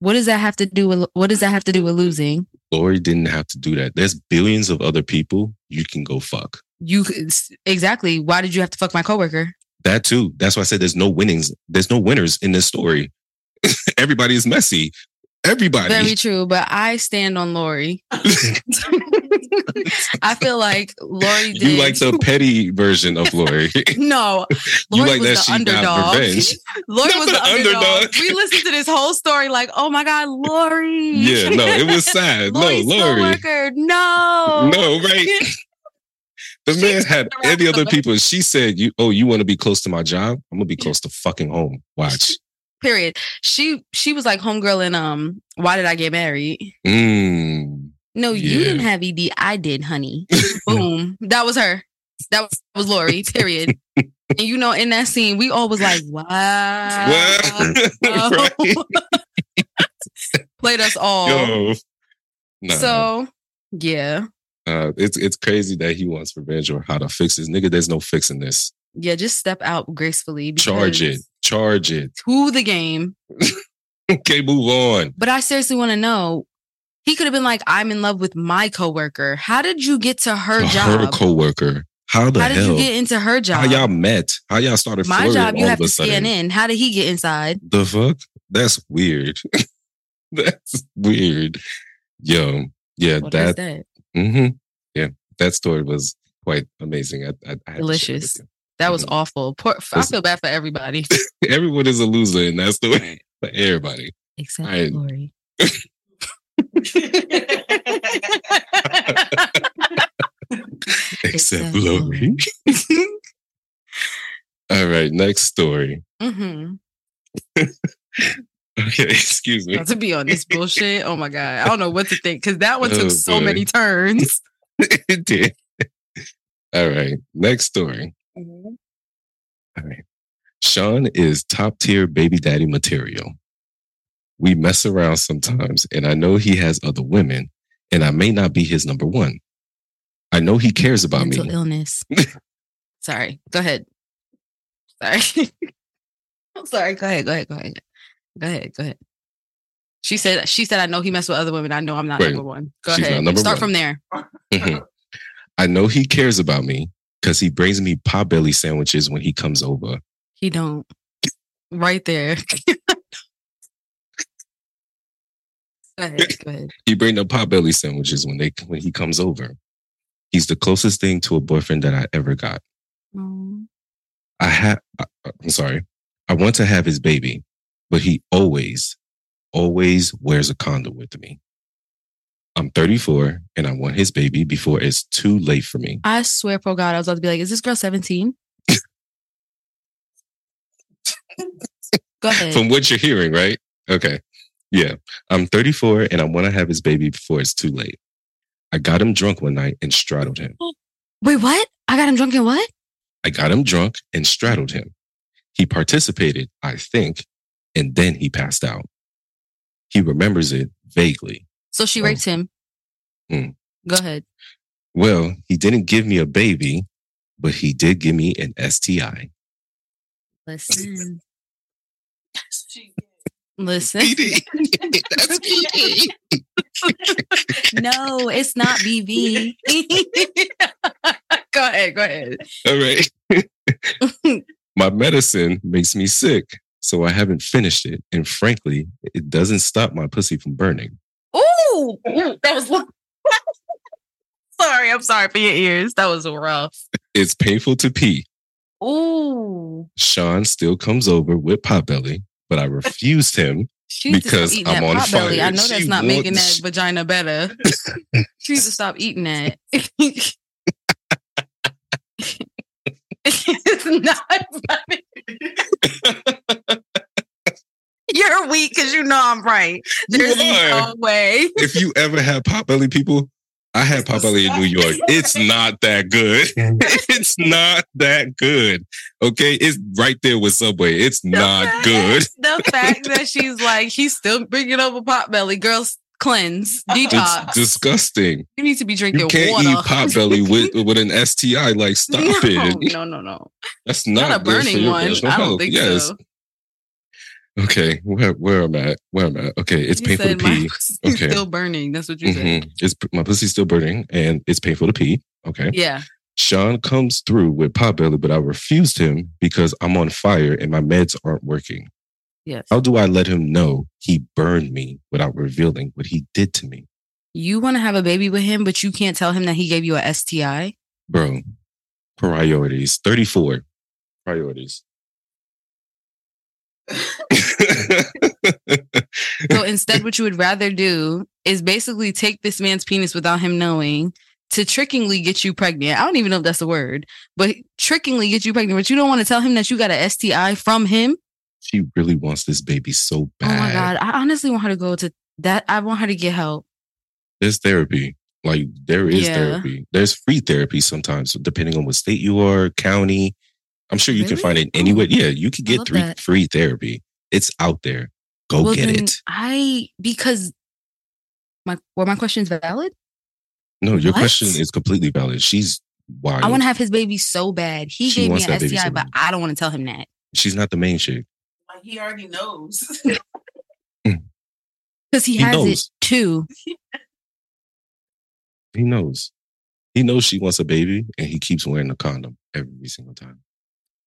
What does that have to do with what does that have to do with losing?
Lori didn't have to do that. There's billions of other people you can go fuck.
You could- exactly. Why did you have to fuck my coworker?
That too. That's why I said there's no winnings. There's no winners in this story. Everybody is messy. Everybody.
Very true, but I stand on Lori. I feel like Lori did.
you like the petty version of Lori.
no,
you
Lori
like that
was the
she
underdog.
got revenge.
Lori
Not
was the
the
underdog.
underdog.
We listened to this whole story like, oh my God, Lori.
yeah, no, it was sad. no,
Lori's
Lori.
coworker. No.
No, right. The
She
man had
around
any other
the-
people. She said, "You oh, you want to be close to my job? I'm gonna be close to fucking home. Watch.
Period. She she was like homegirl in um, why did I get married?
Mm.
No, you
Yeah.
didn't have ED. I did, honey. Boom. That was her. That was, that was Lori, period. and you know, in that scene, we all was like, wow. Oh.
Well, right?
Played us all.
Yo. Nah.
So yeah.
Uh, it's it's crazy that he wants revenge or how to fix this nigga. There's no fixing this.
Yeah, just step out gracefully.
Charge
because
it, charge it.
To the game.
Okay, move on.
But I seriously want to know. He could have been like, I'm in love with my coworker. How did you get to her
To
job?
her coworker. How the
How did
hell?
you get into her
how
job?
y'all met? How y'all started?
my
flirting
job, you
all
have
of a
to scan
sudden?
in. How did he get inside?
The fuck? That's weird. That's weird. Yo, yeah,
What is
that
that?
hmm Yeah, that story was quite amazing. I, I, I had to share it
Delicious.
with
That was
Mhm.
awful. Poor, I
Listen.
feel bad for everybody.
you. Everyone is a loser in that story. Like everybody.
Except
I-
Lori.
Except Lori. All right, next story.
hmm
Okay, excuse me.
to be on this bullshit. Oh my God. I don't know what to think because that one took
Oh,
so
boy.
many turns.
it did. All right, next story. All right. Sean is top tier baby daddy material. We mess around sometimes, and I know he has other women, and I may not be his number one. I know he cares about
Mental
me.
illness. sorry. Go ahead. Sorry. I'm sorry. Go ahead. Go ahead. Go ahead. Go ahead. Go ahead. She said, she said, I know he messed with other women. I know I'm not
Right.
number one. Go
She's not
ahead.
number
Start
one.
from there.
Mhm. I know he cares about me because he brings me pot belly sandwiches when he comes over.
He don't. Right there. go ahead. Go ahead.
He bring the pot belly sandwiches when they when he comes over. He's the closest thing to a boyfriend that I ever got.
Mm.
I have, I'm sorry, I want to have his baby, but he always, always wears a condom with me. I'm 34 and I want his baby before it's too late for me.
I swear, for God, I was about to be like, is this girl 17? Go ahead.
From what you're hearing, right? Okay. Yeah. I'm 34 and I want to have his baby before it's too late. I got him drunk one night and straddled him.
Wait, what? I got him drunk and what?
I got him drunk and straddled him. He participated, I think, and then he passed out. He remembers it vaguely.
So she
Oh.
raped him.
Mm.
Go ahead.
Well, he didn't give me a baby, but he did give me an STI.
Listen.
She-
Listen.
That's BD.
no, it's not BV. go ahead. Go ahead.
All right. My medicine makes me sick, so I haven't finished it. And frankly, it doesn't stop my pussy from burning.
Ooh, that was long. sorry. I'm sorry for your ears. That was rough.
It's painful to pee.
Ooh.
Sean still comes over with potbelly, but I refused him.
She needs to stop
Because
eating
I'm
that
on
pot belly.
fire.
I know that's
She
not making that
wants-
vagina better. she needs to stop eating that. it's not funny. You're weak because you know I'm right. There's
You are.
no way.
If you ever had potbelly, people, I had potbelly in New York. It's not that good. It's not that good. Okay, it's right there with Subway. It's not good.
The fact that she's like, he's still bringing up a pot belly. Girls, cleanse, detox.
It's disgusting.
you need to be drinking
You can't
water.
eat potbelly with with an STI. Like, stop it.
no, no, no, no.
That's
Not,
not,
a
good for
burning
your
one.
personal
I don't
health.
think
yes.
so.
Okay, where where am I? Where am I? Okay, it's
You
painful to
said my
pee.
pussy's
Okay.
still burning. That's what you said.
Mhm. It's my pussy's still burning and it's painful to pee. Okay.
Yeah.
Sean comes through with potbelly, but I refused him because I'm on fire and my meds aren't working.
Yes.
How do I let him know he burned me without revealing what he did to me?
You want to have a baby with him, but you can't tell him that he gave you a STI.
Bro, priorities. 34 priorities.
So instead, what you would rather do is basically take this man's penis without him knowing to trickingly get you pregnant. I don't even know if that's a word, but trickingly get you pregnant. But you don't want to tell him that you got a STI from him.
she really wants this baby so
Oh
bad.
my God. I honestly want her to go to that. I want her to get help.
There's therapy. Like there is
Yeah.
therapy. There's free therapy sometimes, depending on what state you are, county. I'm sure you can
Really?
find it
Oh,
anywhere. Yeah, you can get
love
three,
that.
free therapy. It's out there. Go
Well,
get
then
it.
I, because my, well, my question's valid.
No, your
What?
question is completely valid. She's wild.
I want to have his baby so bad. He
She
gave me
wants
an
that baby
STI,
so
but
bad.
I don't want to tell him that.
She's not the main chick.
Like he already knows.
Because he,
He
has it
knows.
too.
He knows. He knows she wants a baby, and he keeps wearing a condom every single time.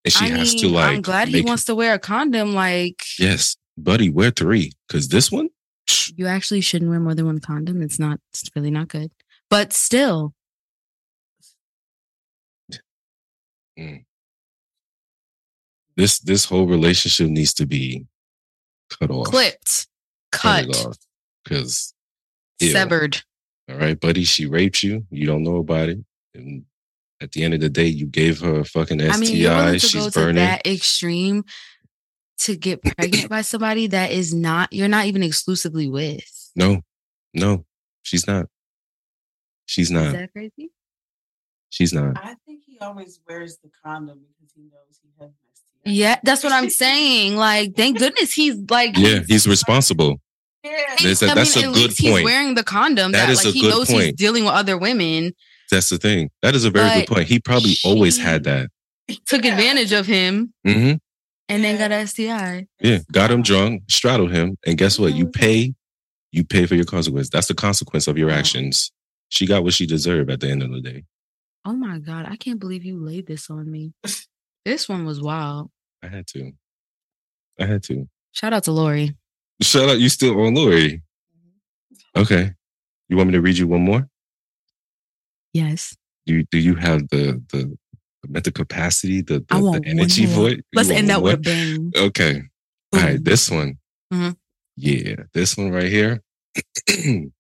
And she
I
has to
mean,
like.
I'm glad he
make-
wants to wear a condom. Like,
Yes, buddy, wear three because this one.
you actually shouldn't wear more than one condom. It's not, it's really not good. But still,
this this whole relationship needs to be cut off,
clipped, cut,
cut it off, because
severed.
All right, buddy, she raped you. You don't know about it, and at the end of the day, you gave her a fucking STI.
I mean, you're willing to
She's
go to
burning.
that extreme to get pregnant by somebody that is not, you're not even exclusively with. Is
No, no, she's not. She's not.
that crazy?
she's not.
I think he always wears the condom because he knows he has an STI.
Yeah, that's what I'm saying. Like, thank goodness he's like,
Yeah, he's responsible.
Yeah.
They said that's a
at
good
least
point.
He's wearing the condom
That
that,
is
like
a
he
good
knows he's
point.
dealing with other women.
That's the thing. That is a very good
But
point. He probably always
she-
had that.
Took advantage of him
hmm
and then
Yeah.
got a STI.
Yeah, got him drunk, straddled him, and guess what? You
Mhm.
pay. You pay for your consequence. That's the consequence of your
Mm-hmm. Wow.
actions. She got what she deserved at the end of the day.
Oh my god, I can't believe you laid this on me. This one was wild.
I had to. I had to.
Shout out to Lori.
Shout out, you still on Lori.
Mm-hmm.
Okay. You want me to read you one more?
Yes.
Do you, do you have the the the mental capacity, the, the,
I
the
want one
energy
more.
for it? You
Let's
want
end
one
that with Mm-hmm. a
more?
bang.
Okay. All right,
Boom.
this one.
Mhm.
Yeah, this one right here.
and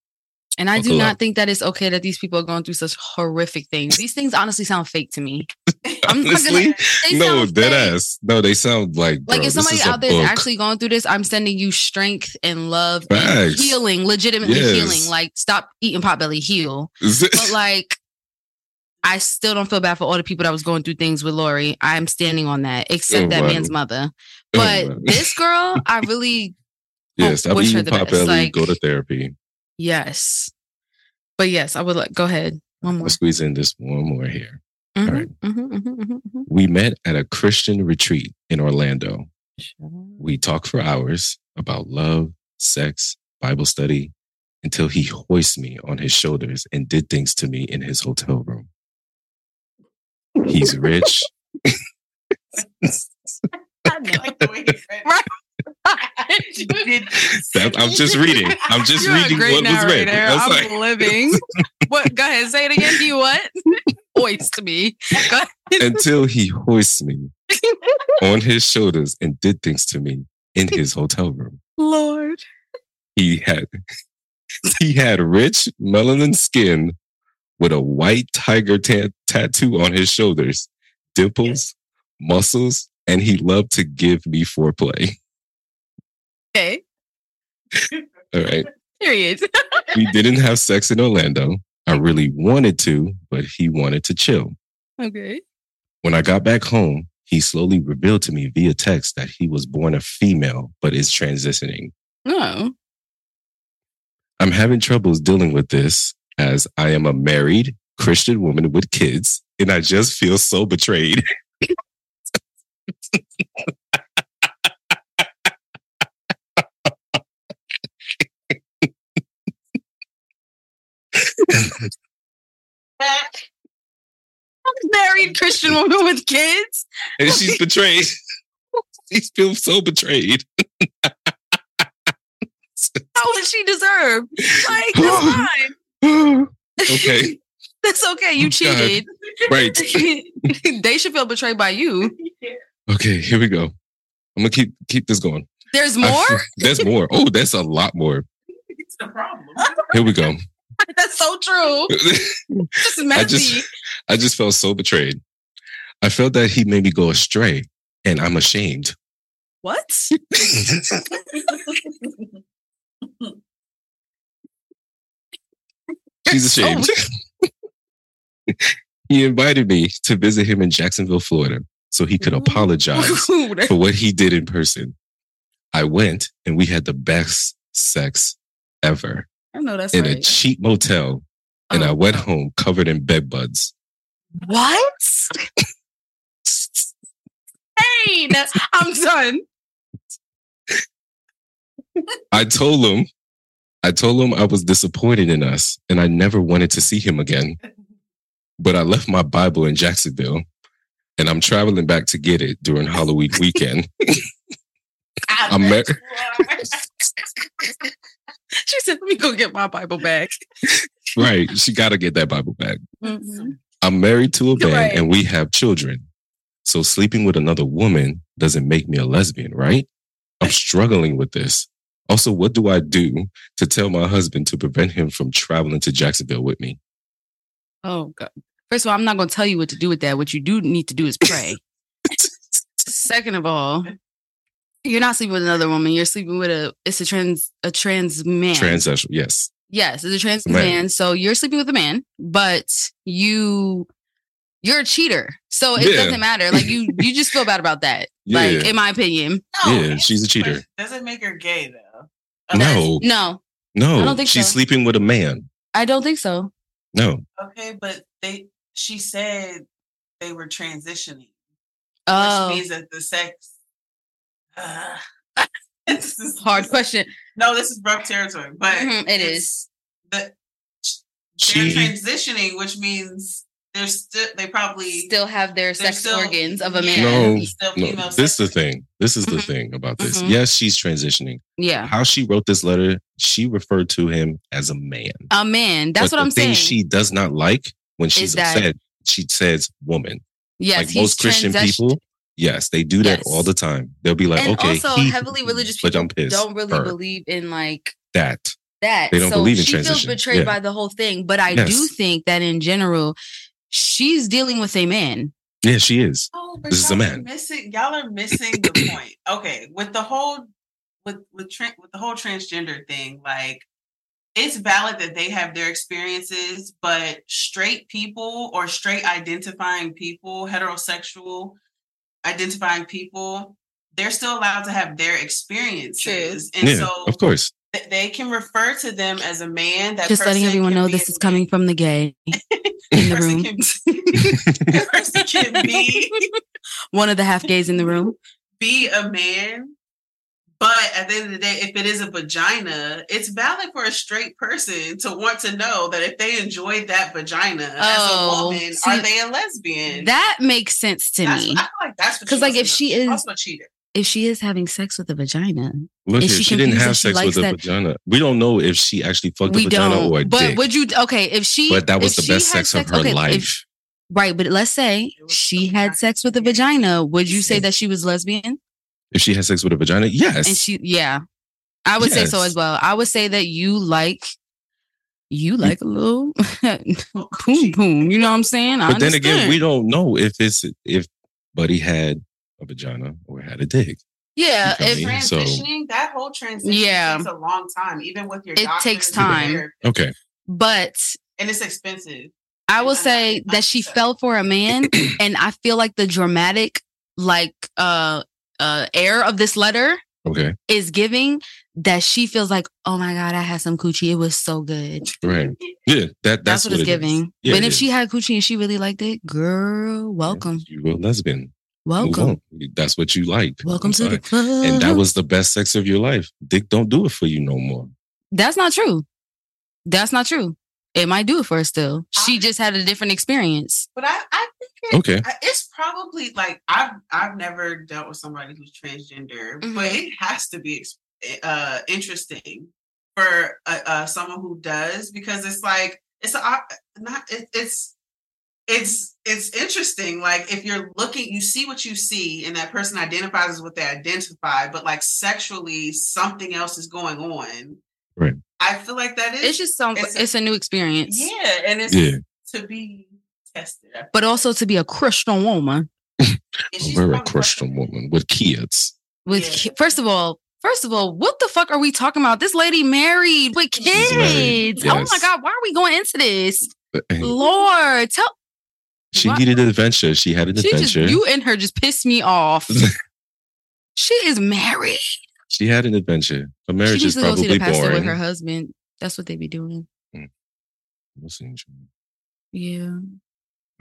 I do
buckle
not
up.
think that it's okay that these people are going through such horrific things. These things honestly sound fake to me. I'm not gonna-
Honestly,
They
no,
sound
dead
fake.
ass. No, they sound like
Like
bro,
if
this
somebody
is a
out there is
book.
actually going through this, I'm sending you strength and love and
Facts.
healing, legitimately
Yes.
healing. Like stop eating potbelly, heal. But like I still don't feel bad for all the people that was going through things with Lori. I'm standing on that, except
Oh,
that
wow.
man's mother.
Oh,
But
wow.
this girl, I really
yeah, stop
wish her
eating
the best,
pop belly.
like-
go to therapy.
yes. But yes, I would like go ahead. One more.
Let's squeeze in this one more here.
Mhm,
right.
mhm, mhm, mhm, mhm.
We met at a Christian retreat in Orlando. We talked for hours about love, sex, Bible study, until he hoists me on his shoulders and did things to me in his hotel room. He's rich.
I like the way he said it. Did-
That- I'm just reading. I'm just
You're
reading
a great
what was read.
narrator.
That's
I'm
like-
living. what? Go ahead. Say it again. Do you what? Voice to me. Go ahead.
until he hoists me on his shoulders and did things to me in his hotel room.
Lord.
He had he had rich melanin skin with a white tiger ta- tattoo on his shoulders, dimples, muscles, and he loved to give me foreplay.
Okay.
All right.
Period.
We didn't have sex in Orlando. I really wanted to, but he wanted to chill.
Okay.
When I got back home, he slowly revealed to me via text that he was born a female but is transitioning.
No.
I'm having troubles dealing with this as I am a married Christian woman with kids and I just feel so betrayed.
Married Christian woman with kids.
and she's betrayed. she feels so betrayed.
How would she deserve? Like, come on.
Okay.
That's okay. You
God.
cheated.
Right.
they should feel betrayed by you.
Okay, here we go. I'm gonna keep keep this going.
There's
I-
more?
There's more. Oh, that's a lot more.
It's the problem.
Here we go.
That's so true. This is
I
messy.
just I just felt so betrayed. I felt that he made me go astray and I'm ashamed.
what?
She's ashamed. he invited me to visit him in Jacksonville, Florida, so he could
Ooh.
apologize
Ooh, that-
for what he did in person. I went and we had the best sex ever
I know that's
in a
right.
cheap motel. And
Oh,
I went
oh.
home covered in bed buds.
What? hey, that- I'm done.
I told him, I told him I was disappointed in us and I never wanted to see him again. But I left my Bible in Jacksonville and I'm traveling back to get it during Halloween weekend.
I
I'm
bet
mar-
you are.
She said, "Let me go get my Bible back."
right. She got to get that Bible back.
Mm-hmm.
I'm married to a man
Right.
and we have children. So sleeping with another woman doesn't make me a lesbian, right? I'm struggling with this. Also, what do I do to tell my husband to prevent him from traveling to Jacksonville with me?
Oh God! First of all, I'm not going to tell you what to do with that. What you do need to do is pray. Second of all, you're not sleeping with another woman. You're sleeping with a it's a trans a trans man.
Transsexual, yes.
Yes, it's a trans
Man.
man. So you're sleeping with a man, but you you're a cheater. So it
Yeah.
doesn't matter. Like you you just feel bad about that.
Yeah.
Like in my opinion.
No,
yeah, she's a cheater.
but Doesn't make her gay though.
No,
No,
no.
I don't think
she's
so.
sleeping with a man.
I don't think so.
No.
Okay, but they she said they were transitioning, which
Oh, Uh,
means that the sex. Ugh. this is
hard question.
No, this is rough territory, but
Mhm, it
it's
is.
The, they're
She
transitioning, which means they're still they probably
Still have their sex
still-
organs of a
yeah,
man.
No,
still
no,
female
this is the
sex.
thing. This is the
Mhm.
thing about this.
Mhm.
Yes, she's transitioning.
Yeah.
How she wrote this letter, she referred to him as a man.
A man. That's what
But the
I'm
thing
saying.
She does not like when she's
Is that-
upset. She says woman.
yes,
like most Christian
transes-
people, yes, they do that
Yes.
all the time. They'll be like,
and
okay,
also
he-
heavily religious
but
people
I'm pissed.
don't really
her.
believe in like
that.
that.
They don't
so
believe in
she feels
transition.
betrayed
Yeah.
by the whole thing. But I do
Yes.
think that in general, she's dealing with a man.
Yeah, she is.
Oh, but
This is a
y'all are
man.
Missing, y'all are missing the point. Okay, with the whole with with tran with the whole transgender thing, like it's valid that they have their experiences, but straight people or straight identifying people, heterosexual identifying people, they're still allowed to have their experiences, and
yeah,
so
of course.
th- they can refer to them as a man. That
Just letting
person
everyone
can
know
be
this
a
is coming from the gay in the
person
room.
can be- that person can be
One of the half gays in the room.
be a man. But at the end of the day, if it is a vagina, it's valid for a straight person to want to know that if they enjoy that vagina
Oh,
as a woman,
see,
are they a lesbian?
That makes sense to
That's-
me.
I feel like that's what
'Cause,
she
like,
was
if she
doing.
is-
also a cheater,
If she is having sex with a vagina,
Look,
Is
here,
she
she, didn't
confused if
have
she
sex
likes
with a
that-
vagina. We don't know if she actually fucked
we
a vagina or a
don't. But
dick.
would you? Okay, if she.
but that was
if
the
she
best
had
sex, of her
okay, if-
life.
right, but let's say
It was
she
so
had
nice.
sex with a vagina. Would you say that she was lesbian?
If, she had sex with a vagina, yes.
And she, yeah, I would say so
Yes.
as well. I would say that you like, you like a little
Oh,
poom
she-
poom. You know what I'm saying? I
but then again,
understand.
we don't know if it's if Buddy had a vagina or had a dick.
yeah,
you
if-
feel me? so-
transitioning that whole transition
Yeah.
takes a long time, even with your
It
doctors
takes
and your
time.
therapist,
Okay,
but
and it's expensive.
I will say that she fell for a man, and I feel like the dramatic, like, uh, uh, air of this letter
okay,
is giving that she feels like, oh my god, I had some coochie. It was so good.
right, yeah. That
That's,
that's,
what, it's
it is.
giving.
Yeah,
but
it
if
is.
she had coochie and she really liked it, girl, welcome,
You a lesbian. Move
welcome.
on. That's what you like.
Welcome to the club.
And that was the best sex of your life. Dick don't do it for you no more.
that's not true. That's not true. It might do it for her still. She
I-
just had a different experience.
But I, I think it,
Okay.
I- it's probably like I've I've never dealt with somebody who's transgender,
Mm-hmm.
but
Mhm.
it has to be ex- uh, interesting for uh, uh, someone who does because it's like it's a, op- not it, it's it's it's interesting. Like if you're looking, you see what you see, and that person identifies as what they identify, but like sexually, something else is going on.
Right.
I feel like that is
It's just some.
it's
It's
a-
a, new experience,
yeah, and it's
Yeah.
to be tested. I
but also to be a Christian woman
And
A
she's
very
probably
Christian
fucking-
woman with kids.
with.
Yeah.
ki- First of all, first of all, what the fuck are we talking about? This lady married with
She's married,
kids. Oh my
yes.
god, why are we going into this?
But, hey,
Lord, tell
She
Why-
needed an adventure. She had an
she just
adventure.
you and her just piss me off. she is married.
she had an adventure. Her
She
marriage
needs
is
to go see
probably
the pastor with her
boring.
husband. That's what they be doing.
Listen,
Yeah,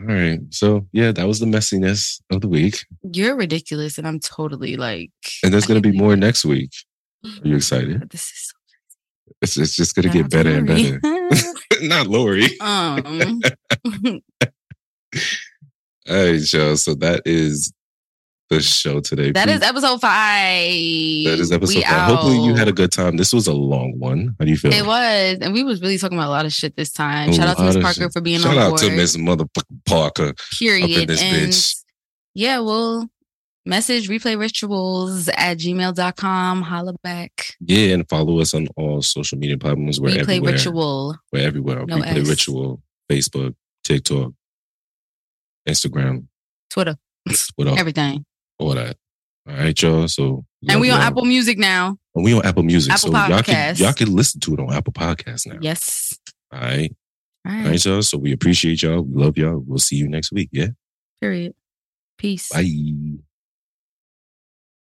All right. So yeah, that was the messiness of the week.
you're ridiculous, and I'm totally like.
And there's
I
gonna
can't
be more
believe it.
next week. Are you excited?
This is
It's it's just gonna get
Shout out
better and better.
Lori.
Not Lori.
um,
All right, y'all. So that is the show today.
that
Please-
is episode five.
that is episode
We
five. Hopefully you
out.
had a good time. This was a long one. How do you feel?
It was, and we was really talking about a lot of shit this time.
A
Shout out to
lot
Miss
of
Parker
shit.
for being
Shout
on
out
board.
to Miss Motherfucking Parker.
Period.
this
and
bitch.
yeah, we'll message replay rituals at gmail.com. Holla back.
Yeah, and follow us on all social media platforms. We're
replay
everywhere.
ritual.
We're everywhere.
No
Replay
S.
Ritual, Facebook, TikTok, Instagram,
Twitter.
what up?
Everything.
all that. All right, y'all. So
And we on
y'all.
Apple Music now.
And we on Apple Music.
Apple
so y'all can
Podcasts.
y'all can listen to it on Apple Podcasts now.
Yes.
All right.
All
All
right.
right, y'all. So we appreciate y'all. We love y'all. We'll see you next week. Yeah.
Period. Peace.
Bye.